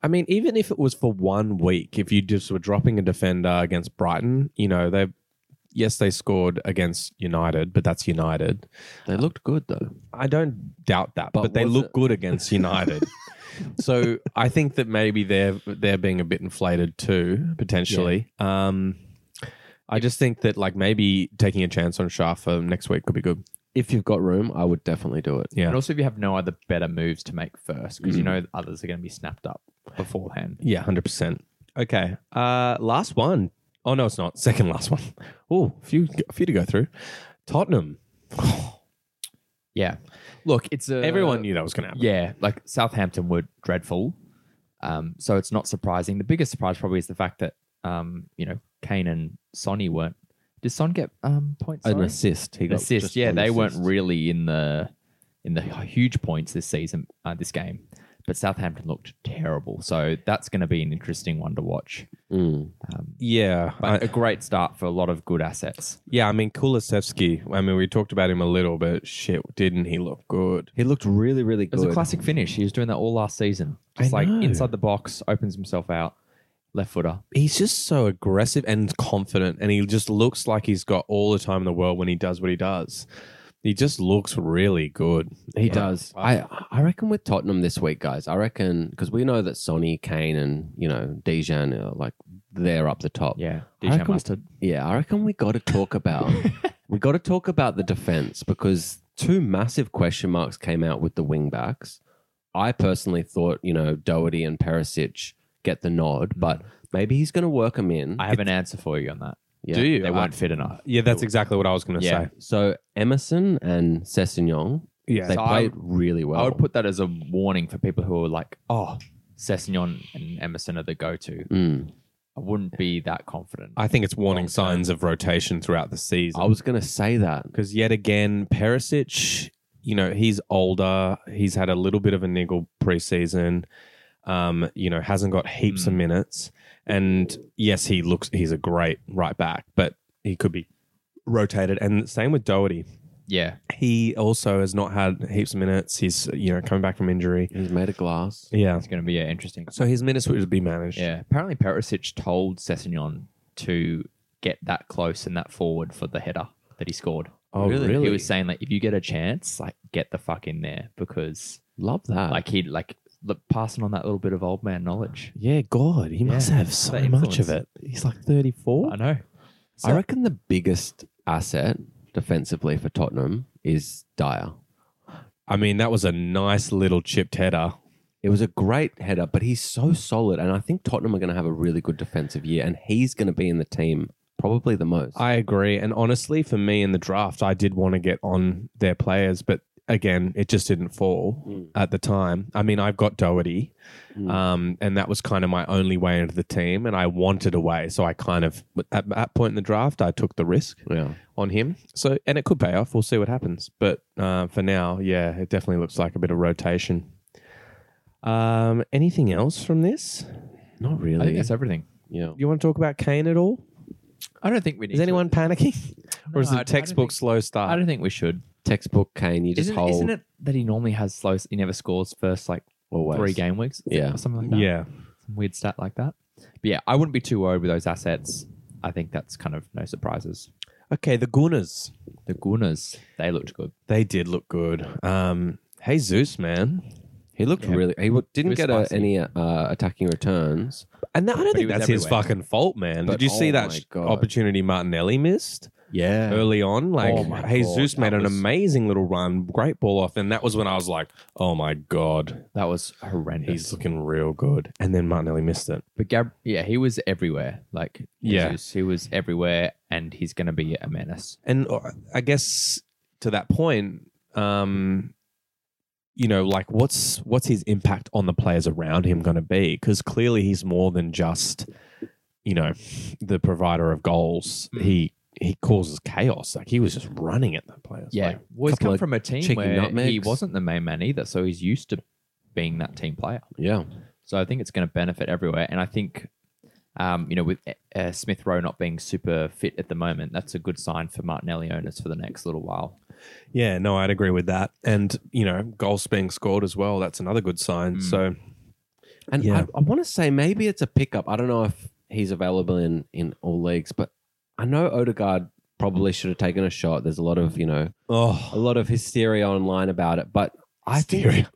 I mean, even if it was for one week, if you just were dropping a defender against Brighton, you know, they yes, they scored against United, but that's United.
They looked good though.
I don't doubt that, but,
But
they
was
look
it?
good against United. so I think that maybe they're they're being a bit inflated too, potentially. Um I just think that like maybe taking a chance on Shah for next week could be good.
If you've got room, I would definitely do it.
Yeah.
And also, if you have no other better moves to make first, because you
Mm.
know others are going to be snapped up beforehand.
Yeah, hundred percent. Okay. Uh last one. Oh no, it's not. Second last one. Oh, a few a few to go through. Tottenham.
Yeah.
Look, uh,
It's a,
everyone knew that was gonna happen.
Yeah, like Southampton were dreadful. Um, so it's not surprising. The biggest surprise probably is the fact that um, you know Kane and Sonny weren't. Did Son get um, points?
An
sorry?
assist. He
An
got
assist.
just
Yeah,
an
they weren't
assist.
really in the in the huge points this season, uh, this game. But Southampton looked terrible, so that's going to be an interesting one to watch.
Mm.
Yeah.
But
I-
a great start for a lot of good assets.
yeah, I mean Kulisevsky. I mean, we talked about him a little, but shit, didn't he look good?
He looked really, really
It
good.
was a classic finish. He was doing that all last season,
I
just like
know.
inside the box, opens himself out. left footer.
He's just so aggressive and confident, and he just looks like he's got all the time in the world when he does what he does. He just looks really good.
He
Yeah.
does.
Wow.
I I reckon with Tottenham this week, guys. I reckon because we know that Sonny, Kane, and you know Dejan are like they're up the top.
Yeah,
I
DJ
reckon-
Mustard.
Yeah, I reckon we got to talk about we got to talk about the defense because two massive question marks came out with the wing backs. I personally thought you know Doherty and Perisic get the nod, but maybe he's going to work them in.
I have an answer for you on that.
yeah.
Do you?
They
I-
weren't fit enough.
yeah, that's exactly what I was going to
Yeah.
say.
So Emerson and Sessignon,
Yeah.
they
So I-
played really well.
I would put that as a warning for people who are like, oh, Cessignon and Emerson are the go to.
Mm.
I wouldn't be that confident.
I think it's warning
Long term.
signs of rotation throughout the season.
I was going to say that.
because yet again, Perisic, you know, he's older. He's had a little bit of a niggle preseason. Um, you know, hasn't got heaps
Hmm.
of minutes. And yes, he looks he's a great right back, but he could be rotated. And same with Doherty.
yeah.
He also has not had heaps of minutes. He's you know coming back from injury.
He's made a glass.
Yeah.
It's going to be yeah, interesting.
So his minutes would be managed.
Yeah. Apparently, Perisic told Cessignon to get that close and that forward for the header that he scored.
Oh really?
He was saying, like, if you get a chance, like, get the fuck in there because,
Love that.
like, he, like, look, passing on that little bit of old man knowledge.
yeah, God, he must have so
That
much of
influence.
it. He's like thirty four.
I know.
I reckon the biggest asset defensively for Tottenham is Dyer.
I mean, that was a nice little chipped header.
It was a great header, but he's so solid, and I think Tottenham are going to have a really good defensive year, and he's going to be in the team probably the most.
I agree. And honestly, for me in the draft, I did want to get on their players, but again, it just didn't fall
Mm.
at the time. I mean, I've got Doherty,
Mm.
um, and that was kind of my only way into the team, and I wanted a way. So I kind of, at that point in the draft, I took the risk
yeah,
on him. So, and it could pay off. We'll see what happens. But uh, for now, yeah, it definitely looks like a bit of rotation. Um, anything else from this?
not
I think
really.
that's everything.
Yeah,
You want to talk about Kane at all?
I don't think we need
Is
to-
anyone panicking? or is
No, I- I don't
it textbook
think-
slow
I
start?
don't think we should.
textbook Kane. You just
Isn't,
hold
isn't it that he normally has slow? He never scores first like
always.
three game weeks.
Yeah.
or something like that.
Yeah.
some weird stat like that. But yeah, I wouldn't be too worried with those assets. I think that's kind of no surprises.
Okay, the Gunners.
The Gunners, they looked good.
They did look good. Um, hey Zeus, man,
He looked
Yeah.
really. He looked,
It
didn't
was
get uh,
spicy.
any uh, attacking returns.
and that, I don't
he
think
was
that's his
everywhere.
fucking fault, man.
But
did you see
oh
that
my
sh-
God.
opportunity Martinelli missed
Yeah,
early on? Like,
Oh my
hey
God,
Zeus
that
made an
was-
amazing little run, great ball off, and that was when I was like, oh my god,
That was horrendous.
he's looking real good. And then Martinelli missed it.
but Gab, yeah, he was everywhere. Like,
Yeah.
Jesus, he was everywhere, and he's going to be a menace.
and uh, I guess to that point, um, you know, like what's what's his impact on the players around him going to be? Because clearly he's more than just, you know, the provider of goals.
Mm.
He he causes chaos. Like he was just running at the players.
Yeah,
Like,
well, he's
couple
come
of
from a team
cheeky
where he
nutmegs.
wasn't the main man either, so he's used to being that team player.
yeah,
So I think it's going to benefit everywhere. And I think, um, you know, with uh, Smith Rowe not being super fit at the moment, that's a good sign for Martinelli owners for the next little while.
yeah. No, I'd agree with that. And you know, goals being scored as well. That's another good sign.
Mm.
So
And
Yeah.
I, I want to say maybe it's a pickup. I don't know if he's available in in all leagues, but I know Odegaard probably should have taken a shot. There's a lot of you know a
oh,
lot of hysteria online about it, but I think
hysteria.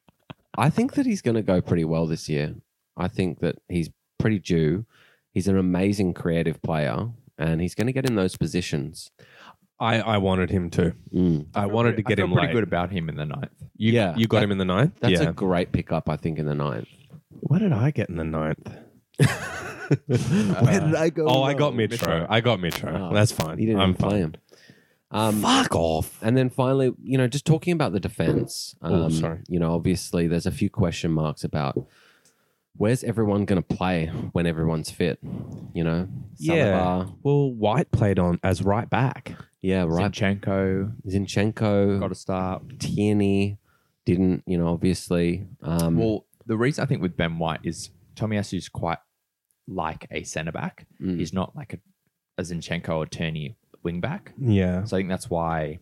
I think that he's going to go pretty well this year. I think that he's pretty due. He's an amazing creative player, and he's going to get in those positions.
I I wanted him to.
Mm.
I, wanted to
I
get
feel
him
pretty
late.
good about him in the ninth.
You,
Yeah,
you got
that-
him in the ninth.
That's
yeah.
a great pickup, I think, in the ninth.
What did I get in the ninth?
Where did I go?
Oh, I got
wrong?
Mitro. I got Mitro.
Oh.
That's fine.
You didn't
I'm
even play
fine.
him. Um,
Fuck off.
And then finally, you know, just talking about the defense. um,
Oh, sorry.
You know, obviously, there's a few question marks about where's everyone going to play when everyone's fit. You know,
Yeah.
Saliba,
Well, White played on as right back.
yeah, right.
Zinchenko got
Zinchenko,
to start.
Tierney didn't. You know, obviously. Um,
Well, the reason I think with Ben White is Tomiyasu's quite like a centre back.
mm,
He's not like a, a Zinchenko or Turney wing back.
Yeah.
So I think that's why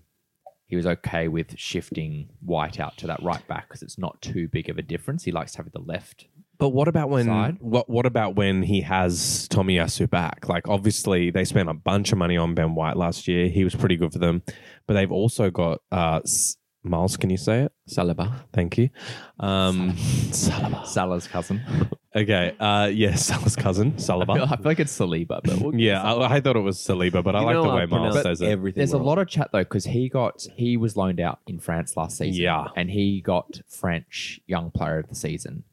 he was okay with shifting White out to that right back because it's not too big of a difference. He likes to have the left
But what about when
Side?
what what about when he has Tommy Yasu back? Like obviously they spent a bunch of money on Ben White last year. He was pretty good for them, but they've also got uh, S- Miles. Can you say it?
Saliba.
Thank you. Um, Saliba.
Salah's cousin.
Okay. Uh, yeah, Salah's cousin
I feel
Saliba.
like it's Saliba, but we'll
Yeah, I, I thought it was Saliba, but I
You
like
know
the way Miles
pronounce
says it.
everything.
There's a
wrong.
lot of chat though because he got he was loaned out in France last season.
Yeah.
and he got French Young Player of the Season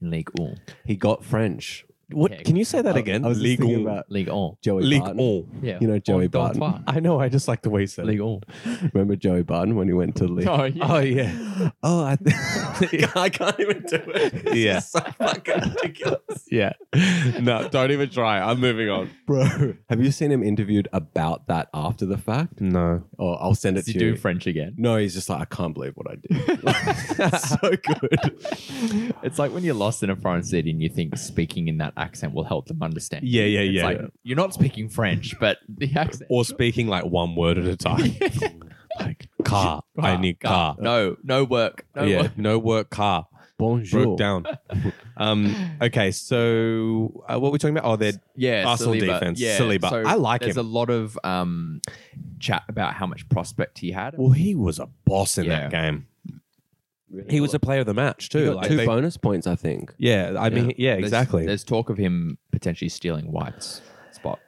in League One.
He got French.
What? Can you say that
I-
again?
I was just
Legal.
thinking about
League One.
Joey
Legal.
Barton.
Yeah,
You know Joey
Or Dortmund.
Barton.
I know. I just like the way he said it.
League One.
Remember Joey Barton when he went to League?
Oh yeah.
Oh yeah.
Oh, I, I can't even do it. This
Yeah.
is so fucking ridiculous,
Yeah. No, don't even try. I'm moving on.
bro. Have you seen him interviewed about that after the fact?
No.
Or I'll send it
Does he
to
do
you.
French again?
no, he's just like, I can't believe what I did. so good.
It's like when you're lost in a foreign city and you think speaking in that accent will help them understand.
Yeah, yeah,
It's
yeah.
like you're not speaking French, but the accent.
or speaking like one word at a time. like car, I need car.
Ah, No, no work. No
yeah,
work.
no work car.
Bonjour.
Broke down. um. Okay, so uh, what were we talking about? Oh, they're
Yeah,
Arsenal
Saliba.
defense,
Yeah,
Saliba. I like
there's
him.
a lot of um, chat about how much prospect he had.
well, he was a boss in
Yeah.
that game.
Really
He was a player of the match too.
He got
Like,
two
they-
bonus points, I think.
yeah, I mean, yeah,
There's-
exactly.
There's talk of him potentially stealing White's spot.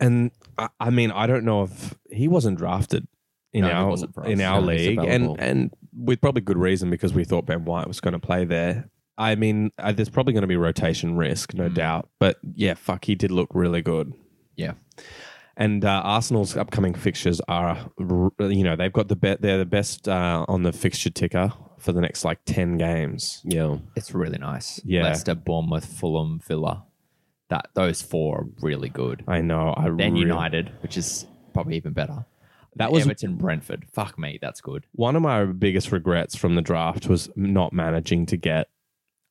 and I, I mean, I don't know if he wasn't drafted in
No, he
our
wasn't for us.
in our
No, he's
league, and
available.
and with probably good reason because we thought Ben White was going to play there. I mean, uh, there's probably going to be rotation risk, no
Mm.
doubt. But yeah, fuck, he did look really good.
Yeah.
And uh, Arsenal's upcoming fixtures are, r- you know, they've got the bet. They're the best uh, on the fixture ticker for the next like ten games.
Yeah.
It's really nice.
Yeah.
Leicester, Bournemouth, Fulham, Villa. That those four are really good.
I know. I
Then
really-
United, which is probably even better.
That was
Everton, Brentford. Fuck me, that's good.
one of my biggest regrets from the draft was not managing to get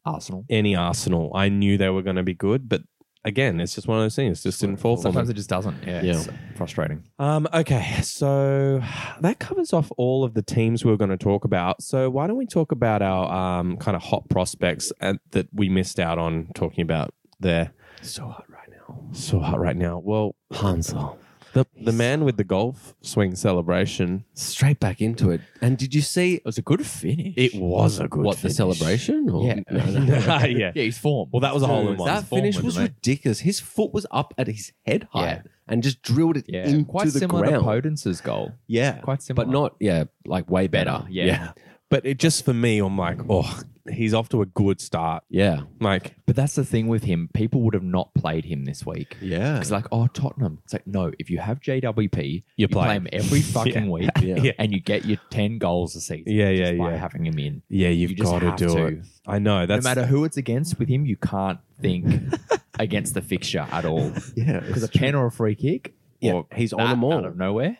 Arsenal.
any Arsenal. I knew they were going to be good, but again, it's just one of those things. It just didn't fall for
Sometimes
me.
it just doesn't. Yeah,
Yeah.
it's frustrating.
Um, okay, so that covers off all of the teams we were going to talk about. So why don't we talk about our um, kind of hot prospects and that we missed out on talking about there?
So hot right now.
So hot right now. Well,
Hansel.
the the man with the golf swing celebration.
Straight back into it. And did you see
It was a good finish.
It was a good
what the
finish.
celebration? Or?
Yeah.
No, no.
yeah,
Yeah, he's formed.
Well, that was a hole in one.
That
forward,
finish was
mate.
ridiculous. His foot was up at his head height
Yeah.
and just drilled it
Yeah,
into
quite
the
similar
ground.
to Podence's goal.
yeah,
Quite similar,
but not yeah, like way better.
Yeah.
But it just for me, I'm like, oh, he's off to a good start.
yeah,
Like,
But that's the thing with him. People would have not played him this week.
yeah.
It's like, oh, Tottenham. It's like, no, if you have JWP,
You play
play him every fucking
Yeah.
week
Yeah.
yeah,
and you get your 10 goals a season.
Yeah,
just
yeah,
by
yeah.
having him in.
yeah, you've
You just
got to
have
do
to.
it. I know. That's
no matter who it's against with him, you can't think against the fixture at all.
yeah,
Because a
it's-
pen or a free kick,
Yeah,
or
he's on
that
them all.
out of nowhere.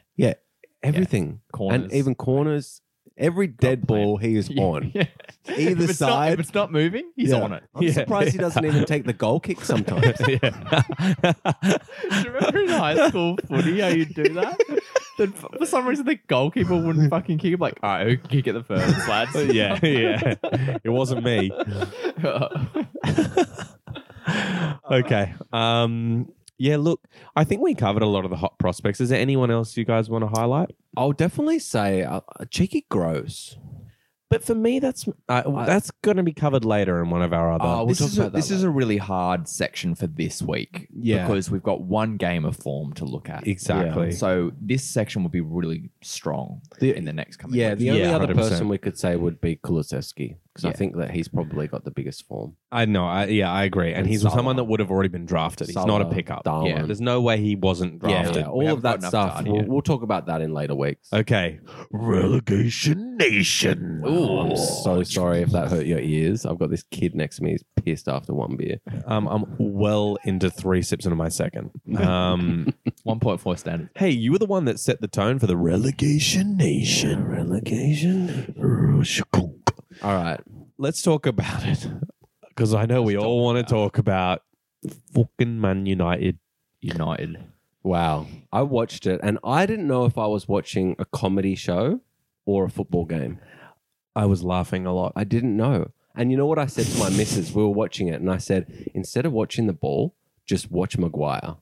everything
Corners.
and even corners. Every dead
playing.
ball he is
Yeah,
on.
yeah.
Either
if it's not-
side.
if it's not moving, he's
Yeah.
on it.
I'm
Yeah.
surprised he doesn't even take the goal kick sometimes.
Yeah.
Do you remember in high school footy how you do that? Then f- for some reason the goalkeeper wouldn't fucking kick him. Like, all right, who can kick it the first, lads?
yeah, yeah. It wasn't me. Okay. Um, yeah, look, I think we covered a lot of the hot prospects. Is there anyone else you guys want to highlight?
I'll definitely say uh, cheeky gross.
But for me, that's uh, that's going to be covered later in one of our other.
Oh, we'll
this
talk
is a,
about that
this is a really hard section for this week.
Yeah.
Because we've got one game of form to look at.
exactly.
So this section will be really strong in the next coming.
Yeah,
weeks.
the
Yeah,
only other
100%.
person we could say would be Kulusevski because I
Yeah.
think that he's probably got the biggest form.
I know. I, yeah, I agree. And
And
he's
Salah.
someone that would have already been drafted. He's not a
Salah,
pickup.
Darwin.
Yeah, there's no way he wasn't
Yeah,
drafted.
yeah,
We
all
haven't
of
got
that
enough
stuff.
data
We'll,
yet.
we'll talk about that in later weeks.
Okay. Relegation Nation.
Oh, I'm so sorry if that hurt your ears. I've got this kid next to me. He's pissed after one beer.
Um, I'm well into three sips into my second. Um,
One point four standard.
hey, you were the one that set the tone for the relegation nation. Relegation.
All right.
Let's talk about it because I know we all want to talk about fucking Man United.
United.
Wow. I watched it and I didn't know if I was watching a comedy show or a football game.
I was laughing a lot.
I didn't know. And you know what I said to my missus? We were watching it, and I said, instead of watching the ball, just watch Maguire.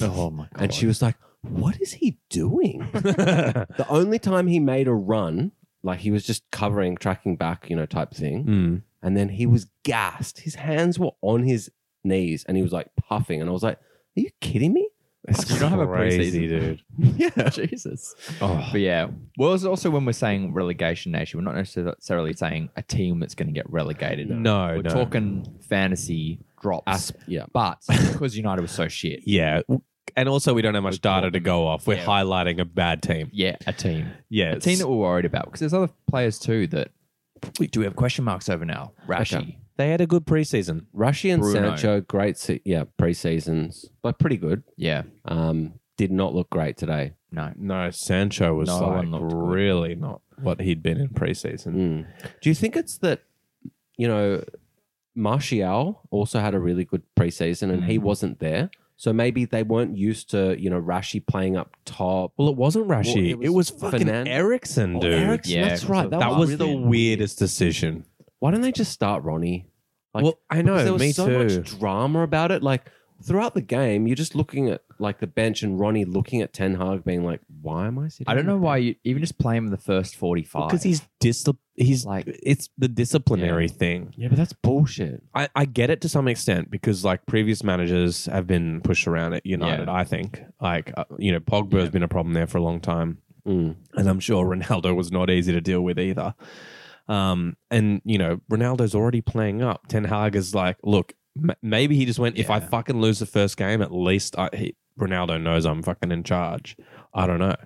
Oh my god!
And she was like, what is he doing? the only time he made a run, like he was just covering, tracking back, you know, type thing.
Hmm.
And then he was gassed. His hands were on his knees and he was like puffing. And I was like, are you kidding me?
you don't have a preseason,
Crazy, dude.
yeah, Jesus.
Oh,
But yeah, well, it's also when we're saying relegation nation, we're not necessarily saying a team that's going to get relegated.
no,
we're
no.
talking fantasy drops.
Asp- yeah.
but because United was so shit,
yeah. And also, we don't have much data to go off. We're
Yeah.
highlighting a bad team.
yeah, a team,
Yeah.
a
it's-
team that we're worried about because there's other players too that we do have question marks over now. Rashi,
Okay.
they had a good preseason.
Rushy and
Bruno.
Sancho, great, se- yeah, pre-seasons, but pretty good.
yeah,
Um, did not look great today.
no,
No, Sancho was
No
like
one looked good.
really not what he'd been in preseason.
Mm. Do you think it's that, you know, Martial also had a really good preseason and
Mm.
he wasn't there? So maybe they weren't used to, you know, Rashi playing up top.
Well, it wasn't Rashi.
Well,
it,
it
was
was
fucking
Fernand-
Ericsson, dude.
Eriksen,
Yeah,
that's right.
that was the
really-
weirdest decision.
Why don't they just start Ronnie? Like,
well, I
Because
know.
there was
me
so
too.
much drama about it. Like throughout the game, you're just looking at like the bench and Ronnie looking at Ten Hag, being like, "Why am I sitting?"
I don't know
on the
why you even just play him in the first forty-five
Because he's dis- hehe's
Like-
it's the disciplinary thing.
bench?" Yeah, but that's bullshit.
I, I get it to some extent because like previous managers have been pushed around at United.
Yeah.
I think like uh, you know Pogba has been a problem there for a long time,
Mm.
and I'm sure Ronaldo was not easy to deal with either. Um, and you know Ronaldo's already playing up. Ten Hag is like, look, m- maybe he just went. If I
Yeah.
fucking lose the first game, at least I, he, Ronaldo knows I'm fucking in charge. I don't know.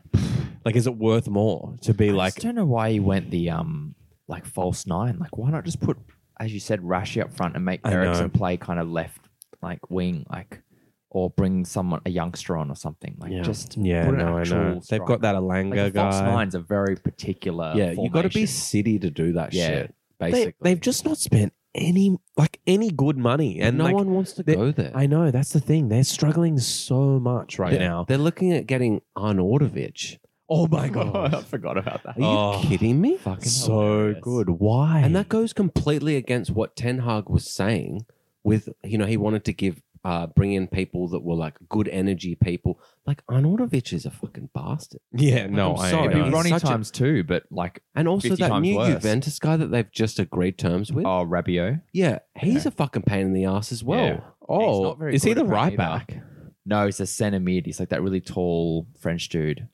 Like, is it worth more to be
I
like?
just don't know why he went the um like false nine. Like, why not just put, as you said, Rashi up front and make
I know.
Ericsson play kind of left like wing, like, or bring someone a youngster on or something. Like,
Yeah.
just
Yeah,
put an
no, I
actual
know. They've
striker.
got that
like,
Alanga
a false
guy.
nine's a very particular.
yeah, you got to be
formation.
city to do that
Yeah.
shit.
they,
Basically,
they've just not spent any like any good money, and
no
like,
one wants to
they-
go there.
I know that's the thing. They're struggling so much right
they're,
now.
they're looking at getting Arnautovic.
Oh my
Oh,
god,
I forgot about that.
Are you
Oh,
kidding me?
Fucking
so
hilarious.
good. Why?
And that goes completely against what Ten Hag was saying. With you know, he wanted to give uh, bring in people that were like good energy people. Like Arnautovic is a fucking bastard.
yeah, no,
I'm
I
sorry,
ain't
It'd
He's
be
on.
Ronnie
such a-
times two, but like,
And also
50
that
times
new
worse.
Juventus guy that they've just agreed terms with.
oh, Rabio.
yeah, he's
yeah.
a fucking pain in the ass as well.
Yeah. He's
Oh,
not very
is he
good at
the right
running
back?
No, he's a centre mid. He's like that really tall French dude.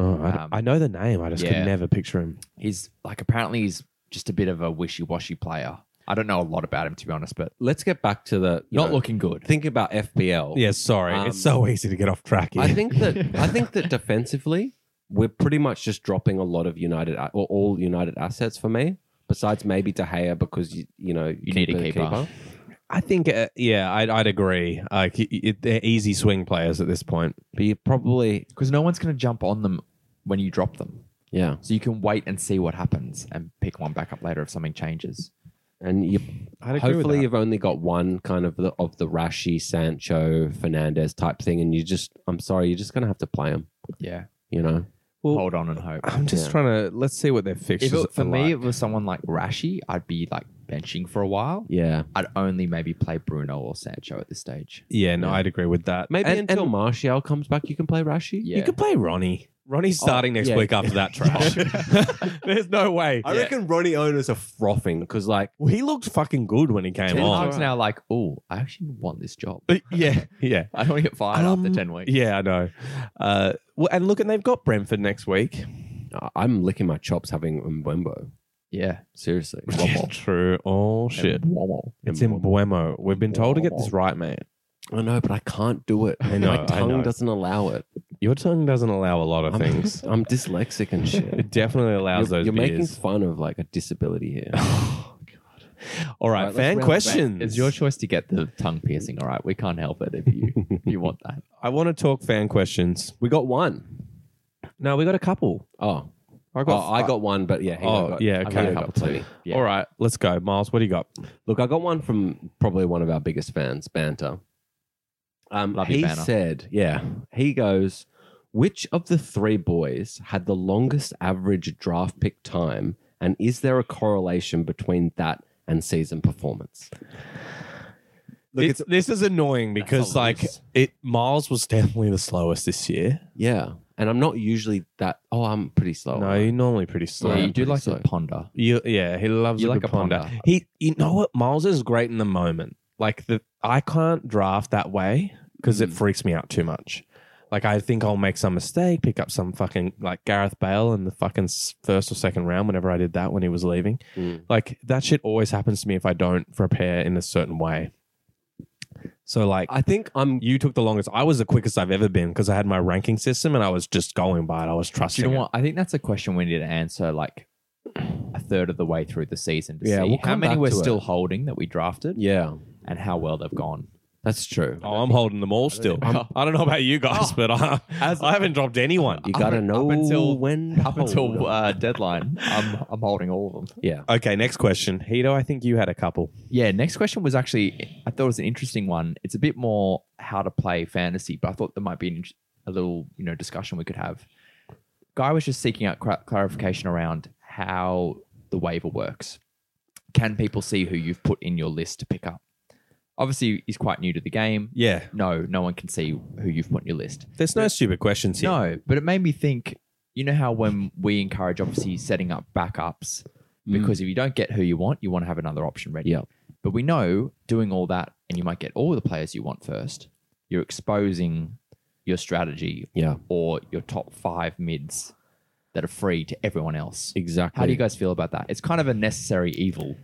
Oh, I,
Um,
I know the name. I just
yeah.
could never picture him.
he's like apparently he's just a bit of a wishy-washy player. I don't know a lot about him to be honest, but
Let's get back to the you
not
know,
looking good.
Think about FPL.
Yeah, sorry, it's
Um,
so easy to get off track. Here.
I think that I think that defensively, we're pretty much just dropping a lot of United a- or all United assets for me. Besides maybe De Gea because you, you know you
need a keeper.
I think uh, yeah, I'd, I'd agree. Like y- y- they're easy swing players at this point.
but you probably
because no one's going to jump on them when you drop them.
yeah,
So you can wait and see what happens and pick one back up later if something changes.
and you
I'd agree with
hopefully
that.
you've only got one kind of the of the Rashi, Sancho, Fernandez type thing, and you just I'm sorry, you're just gonna have to play them.
Yeah.
You know,
Hold on and hope.
I'm just
Yeah.
trying to let's see what their fixtures
If it, for
are
me,
like.
it was someone like Rashi, I'd be like benching for a while.
yeah,
I'd only maybe play Bruno or Sancho at this stage.
Yeah, no,
Yeah.
I'd agree with that.
maybe
And-
until Martial comes back, you can play Rashi.
Yeah.
You could play Ronnie. Ronnie's
Oh,
starting next
yeah.
week after that trash. There's no way.
I reckon Ronnie owners are frothing because like
Well, he looked fucking good when he came
Ten
on.
Hag's now like, oh, I actually want this job.
Uh, Yeah, yeah,
I don't want to get fired
Um,
after ten weeks.
yeah. I know. Uh, well, and look, and they've got Brentford next week.
I'm licking my chops having Mbembo.
Yeah.
Seriously,
True. Oh shit. It's in Buemo. We've been told to get this right, mate.
I know, but I can't do it.
I know, I
my tongue
know.
doesn't allow it.
Your tongue doesn't allow a lot of
I'm,
things.
I'm dyslexic and shit.
It definitely allows
you're
those
you're making
beers.
fun of like a disability here.
All right,
Alright, let's round
fan
it back.
questions.
It's your choice to get the tongue piercing. All right, we can't help it if you if you want that.
I want to talk fan questions.
we got one.
No, we got a couple.
Oh,
I
oh, I got one, but yeah, Hino
Oh,
got,
yeah,
Hino
okay.
got plenty.
Yeah.
All right, let's go, Miles. What do you got?
Look, I got one from probably one of our biggest fans, Banter. Um,
Love you,
he
Banter.
said, "Yeah, he goes, which of the three boys had the longest average draft pick time, and is there a correlation between that and season performance.
Look, this, this is annoying because
a
like
loss.
it Miles was definitely the slowest this year.
Yeah. And I'm not usually that. Oh, I'm pretty slow.
no, you're normally pretty slow.
Yeah, you do
pretty
like
slow.
to ponder.
You, yeah, he loves
You
a
like
good
a
ponder.
ponder.
He, you know what, Miles is great in the moment. Like the, I can't draft that way because it
Mm.
freaks me out too much. Like I think I'll make some mistake, pick up some fucking like Gareth Bale in the fucking s- first or second round. Whenever I did that when he was leaving,
Mm.
like that shit always happens to me if I don't prepare in a certain way. So like
I think I'm.
you took the longest. I was the quickest I've ever been because I had my ranking system and I was just going by it. I was
Do
trusting.
you know
it.
what? I think that's a question we need to answer like a third of the way through the season to
Yeah,
see
we'll
how
come
many
back
we're
to it.
still holding that we drafted
Yeah,
and how well they've gone.
that's true.
Oh, I'm holding them all still. I'm- I don't Oh, know about you guys, but I,
As-
I haven't dropped anyone.
You got to
up
know
until-
when. to hold
Up
'em.
until uh, deadline, I'm, I'm holding all of them.
yeah.
Okay, next question. Hito, I think you had a couple.
Yeah, next question was actually I thought it was an interesting one. It's a bit more how to play fantasy, but I thought there might be an, int- a little you know discussion we could have. Guy was just seeking out cla clarification around how the waiver works. Can people see who you've put in your list to pick up? Obviously, he's quite new to the game.
Yeah.
No, no one can see who you've put in your list.
There's no stupid questions here.
No, but it made me think. You know how when we encourage obviously setting up backups because if you don't get who you want, you want to have another option ready.
Yeah.
But we know doing all that, and you might get all the players you want first. You're exposing your strategy
Yeah.
or your top five mids that are free to everyone else.
Exactly.
How do you guys feel about that? It's kind of a necessary evil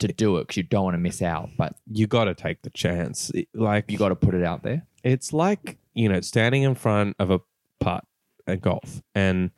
to do it because you don't want to miss out, but
You got to take the chance. It- like
you got to put it out there.
it's like, you know, standing in front of a putt at golf and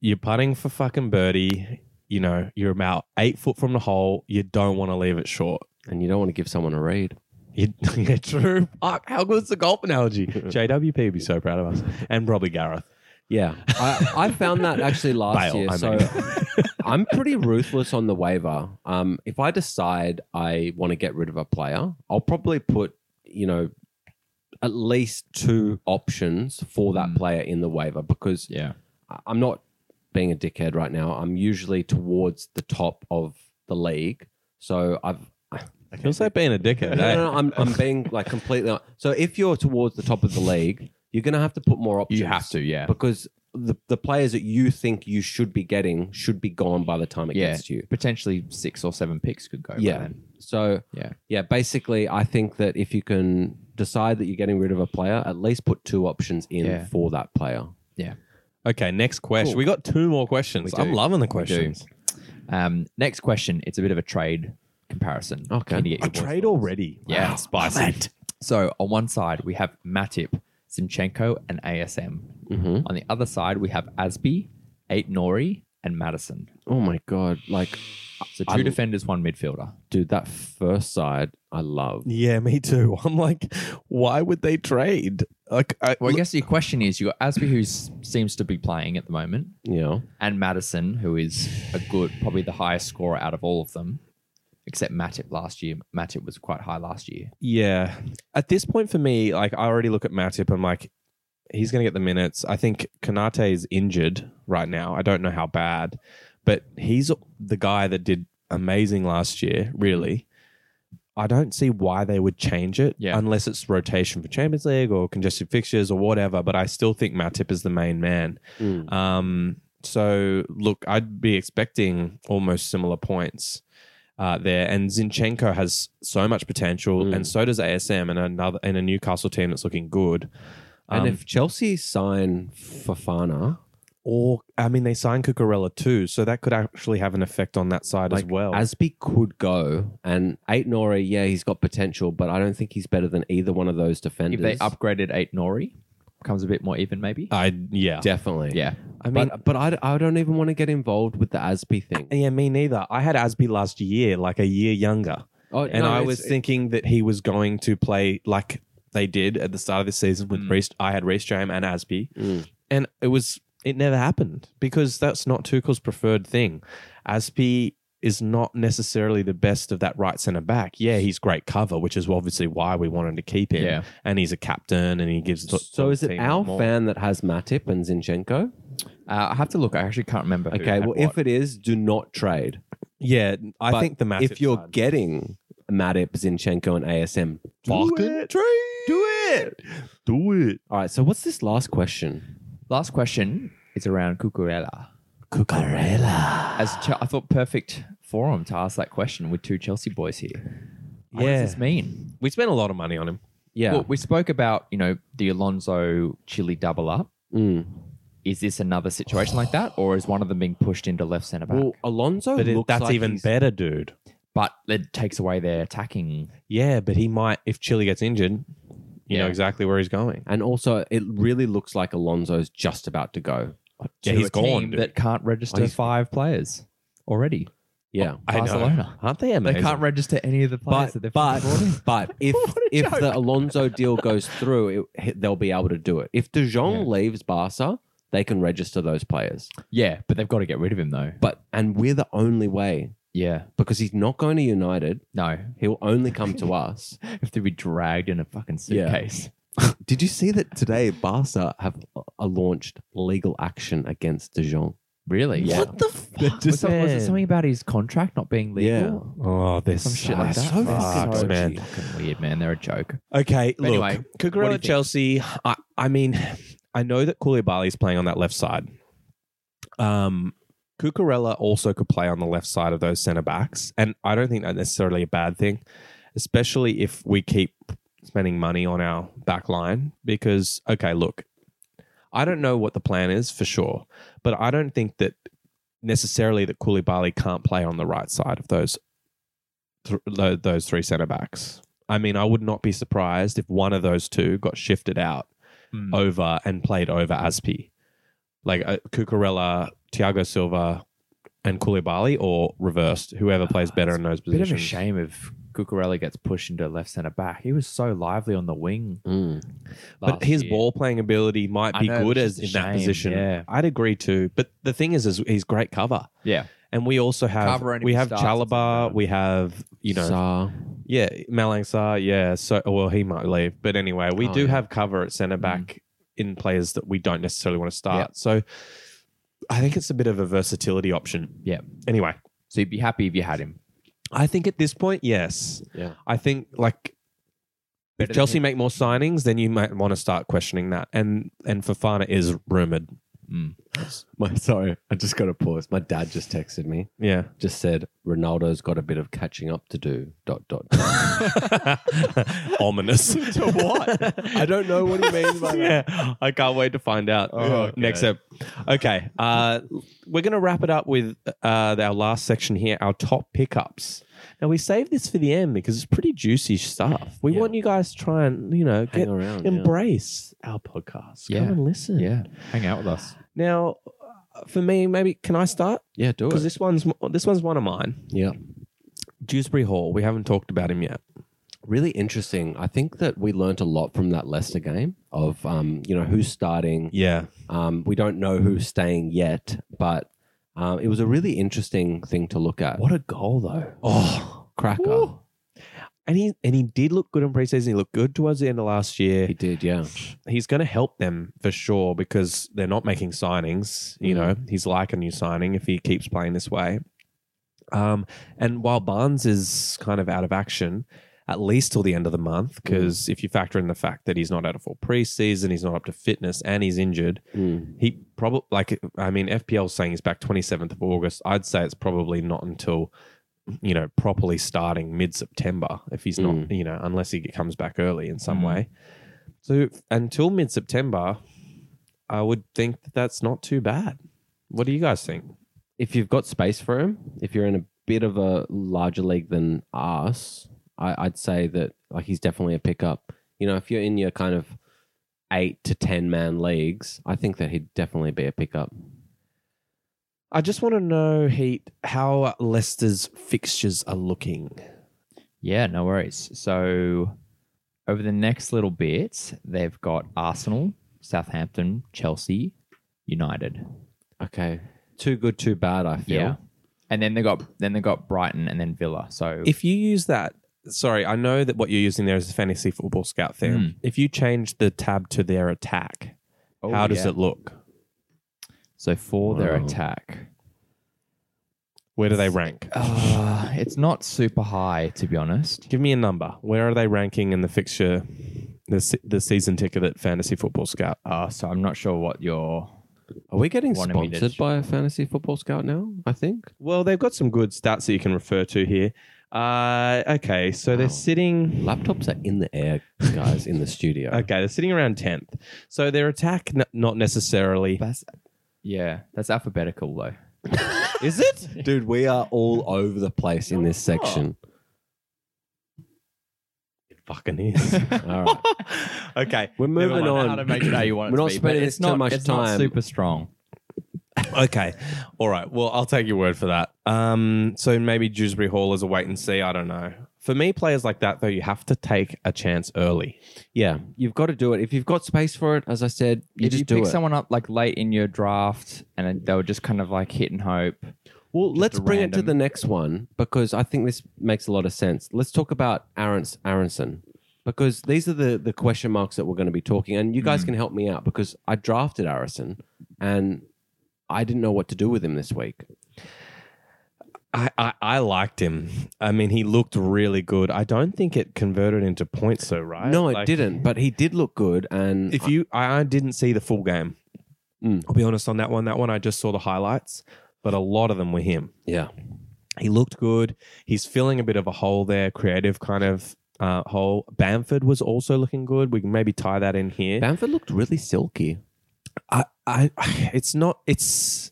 you're putting for fucking birdie, you know, you're about 8 foot from the hole, you don't want to leave it short.
And you don't want to give someone a read.
You, yeah, true. Fuck, how good's the golf analogy? JWP would be so proud of us. And probably Gareth.
Yeah, I, I found that actually last
Bale,
year.
I
so I'm pretty ruthless on the waiver. Um, if I decide I want to get rid of a player, I'll probably put you know at least two options for that
Mm.
player in the waiver because
Yeah.
I- I'm not being a dickhead right now. I'm usually towards the top of the league, so I've
Feels like being a dickhead.
no,
eh?
no, no, I'm, I'm being like completely. So if you're towards the top of the league, you're gonna have to put more options
You have to, yeah.
because the, the players that you think you should be getting should be gone by the time it
Yeah.
gets to you.
Potentially six or seven picks could go. by
Yeah.
then.
So
Yeah.
yeah, basically, I think that if you can decide that you're getting rid of a player, at least put two options in
Yeah.
for that player.
Okay, next question. We got two more questions.
We
I'm
do.
loving the questions.
Um, next question. It's a bit of a trade comparison.
Okay.
Can you get
A
your boys
trade
scores?
already.
Yeah,
Wow,
spicy. So on one side we have Matip, Sinchenko, and ASM.
Mhm.
On the other side we have Asby, Eight Nori, and Madison.
Oh my god! Like,
So 2
I-
defenders, one midfielder.
dude, that first side I love.
Yeah, me too. I'm like, why would they trade? Like, I,
Well, I guess your question is: you got Asby, who s- seems to be playing at the moment,
You know,
and Madison, who is a good, probably the highest scorer out of all of them, except Matip last year. Matip was quite high last year.
yeah. At this point, for me, like, I already look at Matip. I'm like, he's going to get the minutes. I think Kanate is injured right now. I don't know how bad, but he's the guy that did amazing last year. Really, I don't see why they would change it
Yeah.
unless it's rotation for Champions League or congested fixtures or whatever. But I still think Matip is the main man.
Mm.
Um, so look, I'd be expecting almost similar points uh, there. And Zinchenko has so much potential,
Mm.
and so does ASM, and another and a Newcastle team that's looking good.
and
Um,
if Chelsea sign Fafana
or I mean, they signed Cucurella too, so that could actually have an effect on that side as
Like,
well.
Asby could go, and eight Nori, yeah, he's got potential, but I don't think he's better than either one of those defenders.
If they upgraded Eight Nori, becomes a bit more even, maybe.
I yeah,
definitely,
yeah.
I mean.
but but I, I don't even want to get involved with the Asby thing.
yeah, me neither. I had Asby last year, like a year younger.
Oh,
And
no,
I
it's-
was thinking that he was going to play like they did at the start of the season with
Mm.
Reece. I had Reece James and Asby,
Mm.
and it was it never happened because that's not Tuchel's preferred thing. Asby is not necessarily the best of that right centre back. Yeah, he's great cover, which is obviously why we wanted to keep him.
Yeah.
and he's a captain, and he gives. the-
So
the
is it
team
our
more.
fan that has Matip and Zinchenko?
Uh, I have to look. I actually can't remember. who
Okay,
had
well
what.
if it is, do not trade.
Yeah, I
But
think the massive.
if you're
side.
getting Matip, Zinchenko, and ASM, do
Fucking
it.
trade.
Do it.
Do it.
All right. So what's this last question?
Last question is around Cucurella.
Cucurella.
As Che- I thought, perfect forum to ask that question with two Chelsea boys here. What
Yeah.
does this mean?
We spent a lot of money on him.
Yeah.
Well, we spoke about you know the Alonso Chile double up.
Mm.
Is this another situation like that, or is one of them being pushed into left centre back?
Well, Alonso
But it-
looks
that's
like
even
he's-
better, dude.
but it takes away their attacking.
Yeah, but he might if Chile gets injured. You
Yeah.
know exactly where he's going.
And also, it really looks like Alonso's just about to go.
to
Yeah, he's
a team
gone, dude.
That can't register
Oh, he's-
five players already.
Yeah.
I know.
Barcelona.
aren't they
They
amazing?
can't register any of the players
But
that they've
but
brought in.
but if
What a
if
joke.
the Alonso deal goes through, it, they'll be able to do it. If De Jong
Yeah.
leaves Barca, they can register those players.
Yeah, but they've got to get rid of him though.
But and we're the only way
Yeah,
because he's not going to United.
no,
He'll only come to us.
if they be dragged in a fucking
Yeah.
suitcase.
Did you see that today? Barca have uh, launched legal action against De Jong.
Really? Yeah.
What the fuck?
Was, it- was it
man?
something about his contract not being legal?
Oh, there's
Some shit like that.
So
Fuck,
fucked, man.
Fucking weird, man. They're a joke.
Okay,
But
look,
anyway, what do you
Cucurella
think?
Chelsea. I, I mean, I know that Koulibaly is playing on that left side. Um, Cucurella also could play on the left side of those centre backs, and I don't think that's necessarily a bad thing, especially if we keep spending money on our back line. Because okay, look, I don't know what the plan is for sure, but I don't think that necessarily that Koulibaly can't play on the right side of those th- tho- those three centre backs. I mean, I would not be surprised if one of those two got shifted out
Mm.
over and played over Aspi, like uh, Cucurella, Thiago Silva, and Koulibaly, or reversed, whoever plays better in those
Bit
positions.
of a shame if Cucurella gets pushed into left centre back. He was so lively on the wing.
Mm,
But
last
his
year.
ball playing ability might
I
be
know,
good
it's
as
just
in
a
that
shame,
position.
yeah.
I'd agree too. But the thing is, is he's great cover,
Yeah.
and we also have
Cover only
we have
starts at centre
Chalaba,
back.
we have you know
Sa-
Yeah, Malang Sarr, yeah. So well he might leave. But anyway, we
Oh,
do
yeah.
have cover at centre back in players that we don't necessarily want to start. So I think it's a bit of a versatility option.
Yeah.
Anyway,
So you'd be happy if you had him.
I think at this point, yes.
Yeah.
I think like
Better
if
than
Chelsea
him.
make more signings, then you might want to start questioning that. And and Fafana is rumoured.
My sorry, I just got to pause. My dad just texted me.
Yeah.
Just said Ronaldo's got a bit of catching up to do. Dot dot. dot."
Ominous. to what?
I don't know what he means by that. Oh,
yeah, I can't wait to find out. Next up. Okay. Uh, we're going to wrap it up with uh, our last section here our top pickups. Now, we saved this for the end because it's pretty juicy stuff. We
Yeah.
want you guys to try and, you know,
Hang
get,
around. yeah.
embrace our podcast.
Yeah.
Come and listen.
Yeah. Hang out with us.
Now, uh, for me, maybe can I start?
Yeah, do
Because
it.
this one's this one's one of mine.
Yeah.
Dewsbury Hall. We haven't talked about him yet.
Really interesting. I think that we learnt a lot from that Leicester game of um, you know, who's starting.
Yeah.
Um, we don't know who's staying yet, but um, it was a really interesting thing to look at.
What a goal, though.
Oh,
cracker.
Ooh. And he and he did look good in preseason. He looked good towards the end of last year.
He did, yeah.
He's going to help them for sure because they're not making signings. You know, he's like a new signing if he keeps playing this way. Um, and while Barnes is kind of out of action, at least till the end of the month, because if you factor in the fact that he's not out of full preseason, he's not up to fitness, and he's injured,
Mm.
he probably like I mean FPL's saying he's back 27th of August. I'd say it's probably not until you know properly starting mid September if he's not
Mm.
you know unless he comes back early in some
Mm.
way. So until mid September, I would think that that's not too bad. What do you guys think?
If you've got space for him, if you're in a bit of a larger league than us, I, I'd say that like he's definitely a pickup. You know, if you're in your kind of eight to ten man leagues, I think that he'd definitely be a pickup.
I just want to know Heat how Leicester's fixtures are looking.
Yeah, no worries. So over the next little bit, they've got Arsenal, Southampton, Chelsea, United.
Okay. Too good, too bad, I feel.
Yeah. And then they got then they got Brighton and then Villa. So
If you use that, sorry, I know that what you're using there is a fantasy football scout thing.
Mm.
If you change the tab to their attack,
Oh,
how does
yeah.
it look?
So for their
Wow.
attack,
Where do they rank?
Uh, it's not super high, to be honest.
Give me a number. Where are they ranking in the fixture, the, se- the season ticket at Fantasy Football Scout?
Uh, so I'm not sure what your.
Are we getting
Wanted me to
sponsored
sh-
by a fantasy football scout now? I think.
Well, they've got some good stats that you can refer to here. Uh, okay, so they're
Wow.
sitting.
Laptops are in the air, guys, in the studio.
Okay, they're sitting around 10th. So their attack, n- not necessarily.
That's, yeah, that's alphabetical though.
Is it?
Dude, we are all over the place in this section.
It fucking is.
Oh. All right.
okay.
We're moving
Never mind
on.
How to make it how you want it
We're
to
not
be, but
spending
it's
too
not,
much
it's
time.
Not super strong.
Okay. All right. Well, I'll take your word for that. Um, so maybe Dewsbury Hall is a wait and see. I don't know. For me, players like that, though, you have to take a chance early.
Yeah, you've got to do it. If you've got space for it, as I said, you
if
just
you
do
pick
it.
someone up like late in your draft, and then they were just kind of like hit and hope.
well,
just
let's
a
bring it to
random-
the next one because I think this makes a lot of sense. Let's talk about Aarons Aronson because these are the, the question marks that we're going to be talking. And you
Hmm.
guys can help me out because I drafted Aronson and I didn't know what to do with him this week.
I, I, I liked him. I mean, he looked really good. I don't think it converted into points, though, right?
no, it
Like,
didn't, but he did look good. And
If you, I, I didn't see the full game.
Mm.
I'll be honest on that one. That one, I just saw the highlights, but a lot of them were him.
yeah,
He looked good. He's filling a bit of a hole there, creative kind of uh, hole. Bamford was also looking good. We can maybe tie that in here.
Bamford looked really silky.
I, I, it's not. It's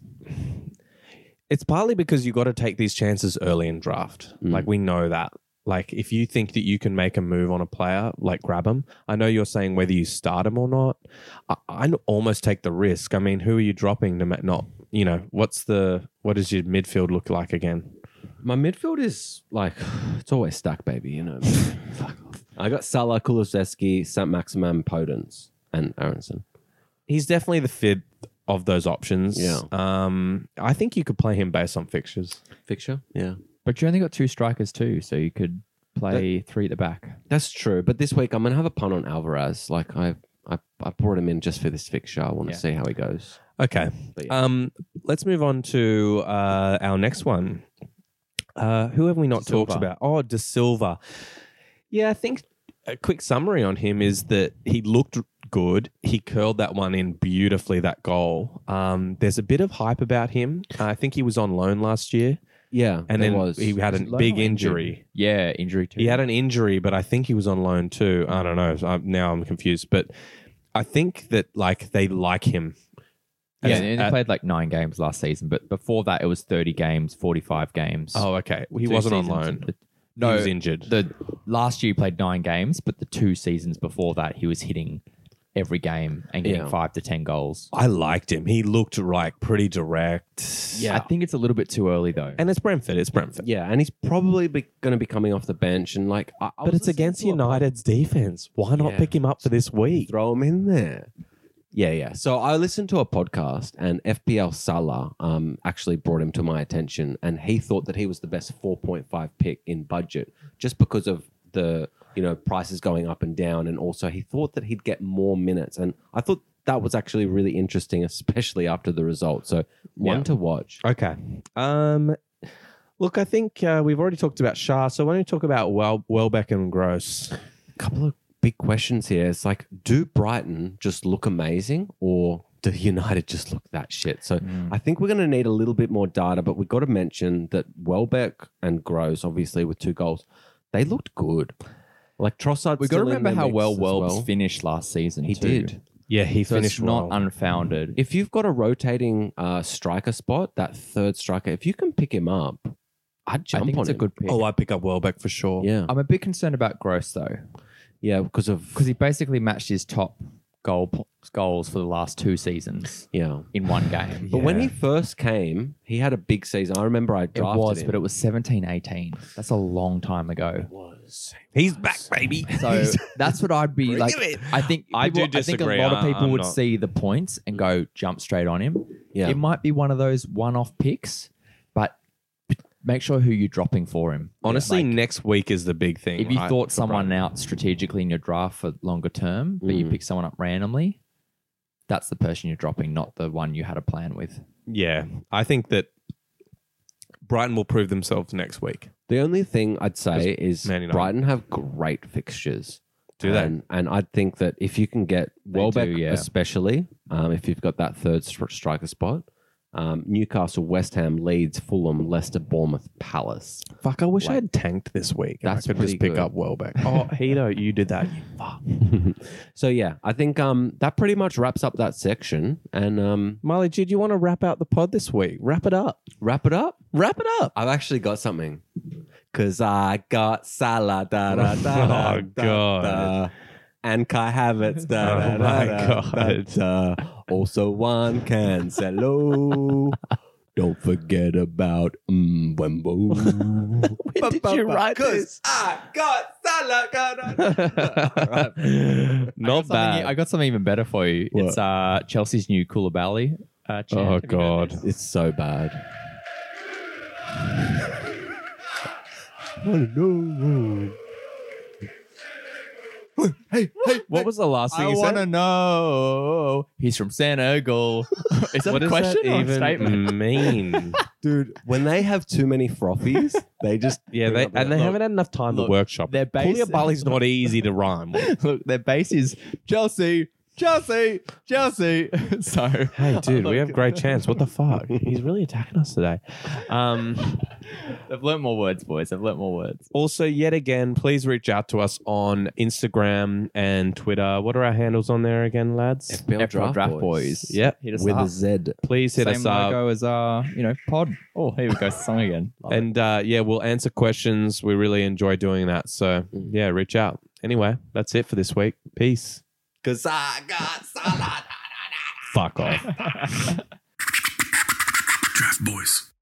it's partly because you got to take these chances early in draft.
Mm.
Like we know that. Like if you think that you can make a move on a player, like grab him. I know you're saying whether you start him or not. I, I'd almost take the risk. I mean, who are you dropping to ma- not? You know, what's the what does your midfield look like again?
My midfield is like it's always stuck, baby. You know. Fuck off. I got Salah, Kulusevski, Saint Maximum, Podence, and Aronson.
He's definitely the fifth of those options.
Yeah.
Um, I think you could play him based on fixtures.
Fixture, yeah,
But you only got two strikers too, so you could play three at the back.
that's true. But this week I'm gonna have a pun on Alvarez. Like I, I, I brought him in just for this fixture. I want to
Yeah.
see how he goes.
Okay.
But yeah.
Um, let's move on to uh, our next one. Uh, who have we not
De Silva.
talked about? Oh, De Silva. Yeah, I think a quick summary on him is that he looked good. He curled that one in beautifully, that goal. Um, there's a bit of hype about him. I think he was on loan last year
yeah,
and
there
then
was.
he had
Was
a
it loan
big
or
injury.
Yeah, injury too.
He had an injury, but I think he was on loan too. I don't know. So I'm, now I'm confused. But I think that like they like him.
yeah,
As-
and he
at-
played like nine games last season, but before that it was thirty games, forty-five games.
oh, okay. Well, he
Two
wasn't on
seasons.
loan.
The-
he
No,
was injured.
the last year he played nine games, but the two seasons before that he was hitting every game and getting
Yeah.
five to ten goals.
I liked him. He looked like pretty direct.
I think it's a little bit too early though.
And it's Brentford. It's Brentford.
yeah, and he's probably be, gonna be coming off the bench and like, I, I
But
was
it's against
listening to a-
United's defense. Why not
Yeah.
pick him up for this week?
throw him in there. Yeah, yeah. So I listened to a podcast, and FPL Salah um, actually brought him to my attention, and he thought that he was the best 4.5 pick in budget just because of the you know prices going up and down, and also he thought that he'd get more minutes, and I thought that was actually really interesting, especially after the result. So one
Yeah.
to watch.
Okay. Um, look, I think uh, we've already talked about Shah, so why don't we talk about Wel- Welbeck and Gross?
A couple of big questions here. It's like, do Brighton just look amazing, or do United just look that shit? So
Mm.
I think we're going to need a little bit more data, but we've got to mention that Welbeck and Gross, obviously with two goals, they looked good. Like Trossard,
We've got to remember how well Welbs
well.
finished last season.
He
too.
did.
Yeah, he
So it's not unfounded.
If you've got a rotating uh, striker spot, that third striker, if you can pick him up, I'd
I
jump
think
on
it's a
him.
good pick.
oh, I pick up Welbeck for sure.
yeah,
I'm a bit concerned about Gross though,
yeah, because of
because he basically matched his top goal po- goals for the last two seasons
yeah.
in one game.
But when
Yeah.
he first came, he had a big season. I remember I
it
drafted
was,
him.
but it was 17, 18. That's a long time ago.
was.
He's back, baby.
So that's what I'd be
Bring
like.
him in.
I think
I
people-
do disagree.
I think a lot of
I-
people
I'm
would
not-
see the points and go jump straight on him.
Yeah.
It might be one of those one-off picks, but make sure who you're dropping for him.
Honestly,
Like,
next week is the big thing.
if you
right?
thought
For
someone
Brighton.
out strategically in your draft for longer term, but you
Mm.
pick someone up randomly, that's the person you're dropping, not the one you had a plan with.
Yeah, I think that Brighton will prove themselves next week.
The only thing I'd say is
Man United.
Brighton have great fixtures.
Do they?
And, and I think that if you can get Welbeck,
do, yeah.
especially um, if you've got that third stri- striker spot, um, Newcastle, West Ham, Leeds, Fulham, Leicester, Bournemouth, Palace.
Fuck, I wish
Like-
I had tanked this week. and
That's
I could
pretty
just pick
good.
up Welbeck. Oh, Hedo, you did that. You fuck.
so yeah, I think um, that pretty much wraps up that section and um,
Marley, G, do you want to wrap out the pod this week? Wrap it up.
wrap it up.
Wrap it up.
I've actually got something. Cause I got salad, da, da, da, da,
Oh,
da,
God.
da. and Kai Havertz, da,
Oh,
da, da,
my
da,
God.
da, da. also Juan Cancelo. Don't forget about mm, Mbembo. When
did you write this?
I got salad. Da, da, da.
Not
Something-
bad.
I got something even better for you.
What?
It's uh, Chelsea's new Koulibaly. Uh, chant.
oh
Have you heard
god.
this?
It's so bad. I don't know. Hey, hey,
What was the last thing
I
you
want
said?
to know. He's from Senegal. is that
what
a
does
question
that
or
even
a statement?
mean?
dude, when they have too many frothies, they just
yeah,
bring
they
up the-
and they
Look,
haven't had enough time
look,
to workshop.
their base-
Koulibaly's not easy to rhyme. with.
Look, their base is Chelsea, Chelsea, Chelsea. so,
Hey, dude, we have great chance. What the fuck? He's really attacking us today. Um,
They've learnt more words, boys. They've learnt more words.
also, yet again, please reach out to us on Instagram and Twitter. What are our handles on there again, lads?
FPL
FPL draft, boys.
Yep.
hit us
with
up.
a Z.
Please hit
Same
us up.
logo as uh, you know, pod. Oh, here we go. Song again. Love it.
And uh, yeah, we'll answer questions. We really enjoy doing that. So
Mm.
yeah, reach out. Anyway, that's it for this week. Peace.
Cause I got salad.
Fuck off.
Draft Boys.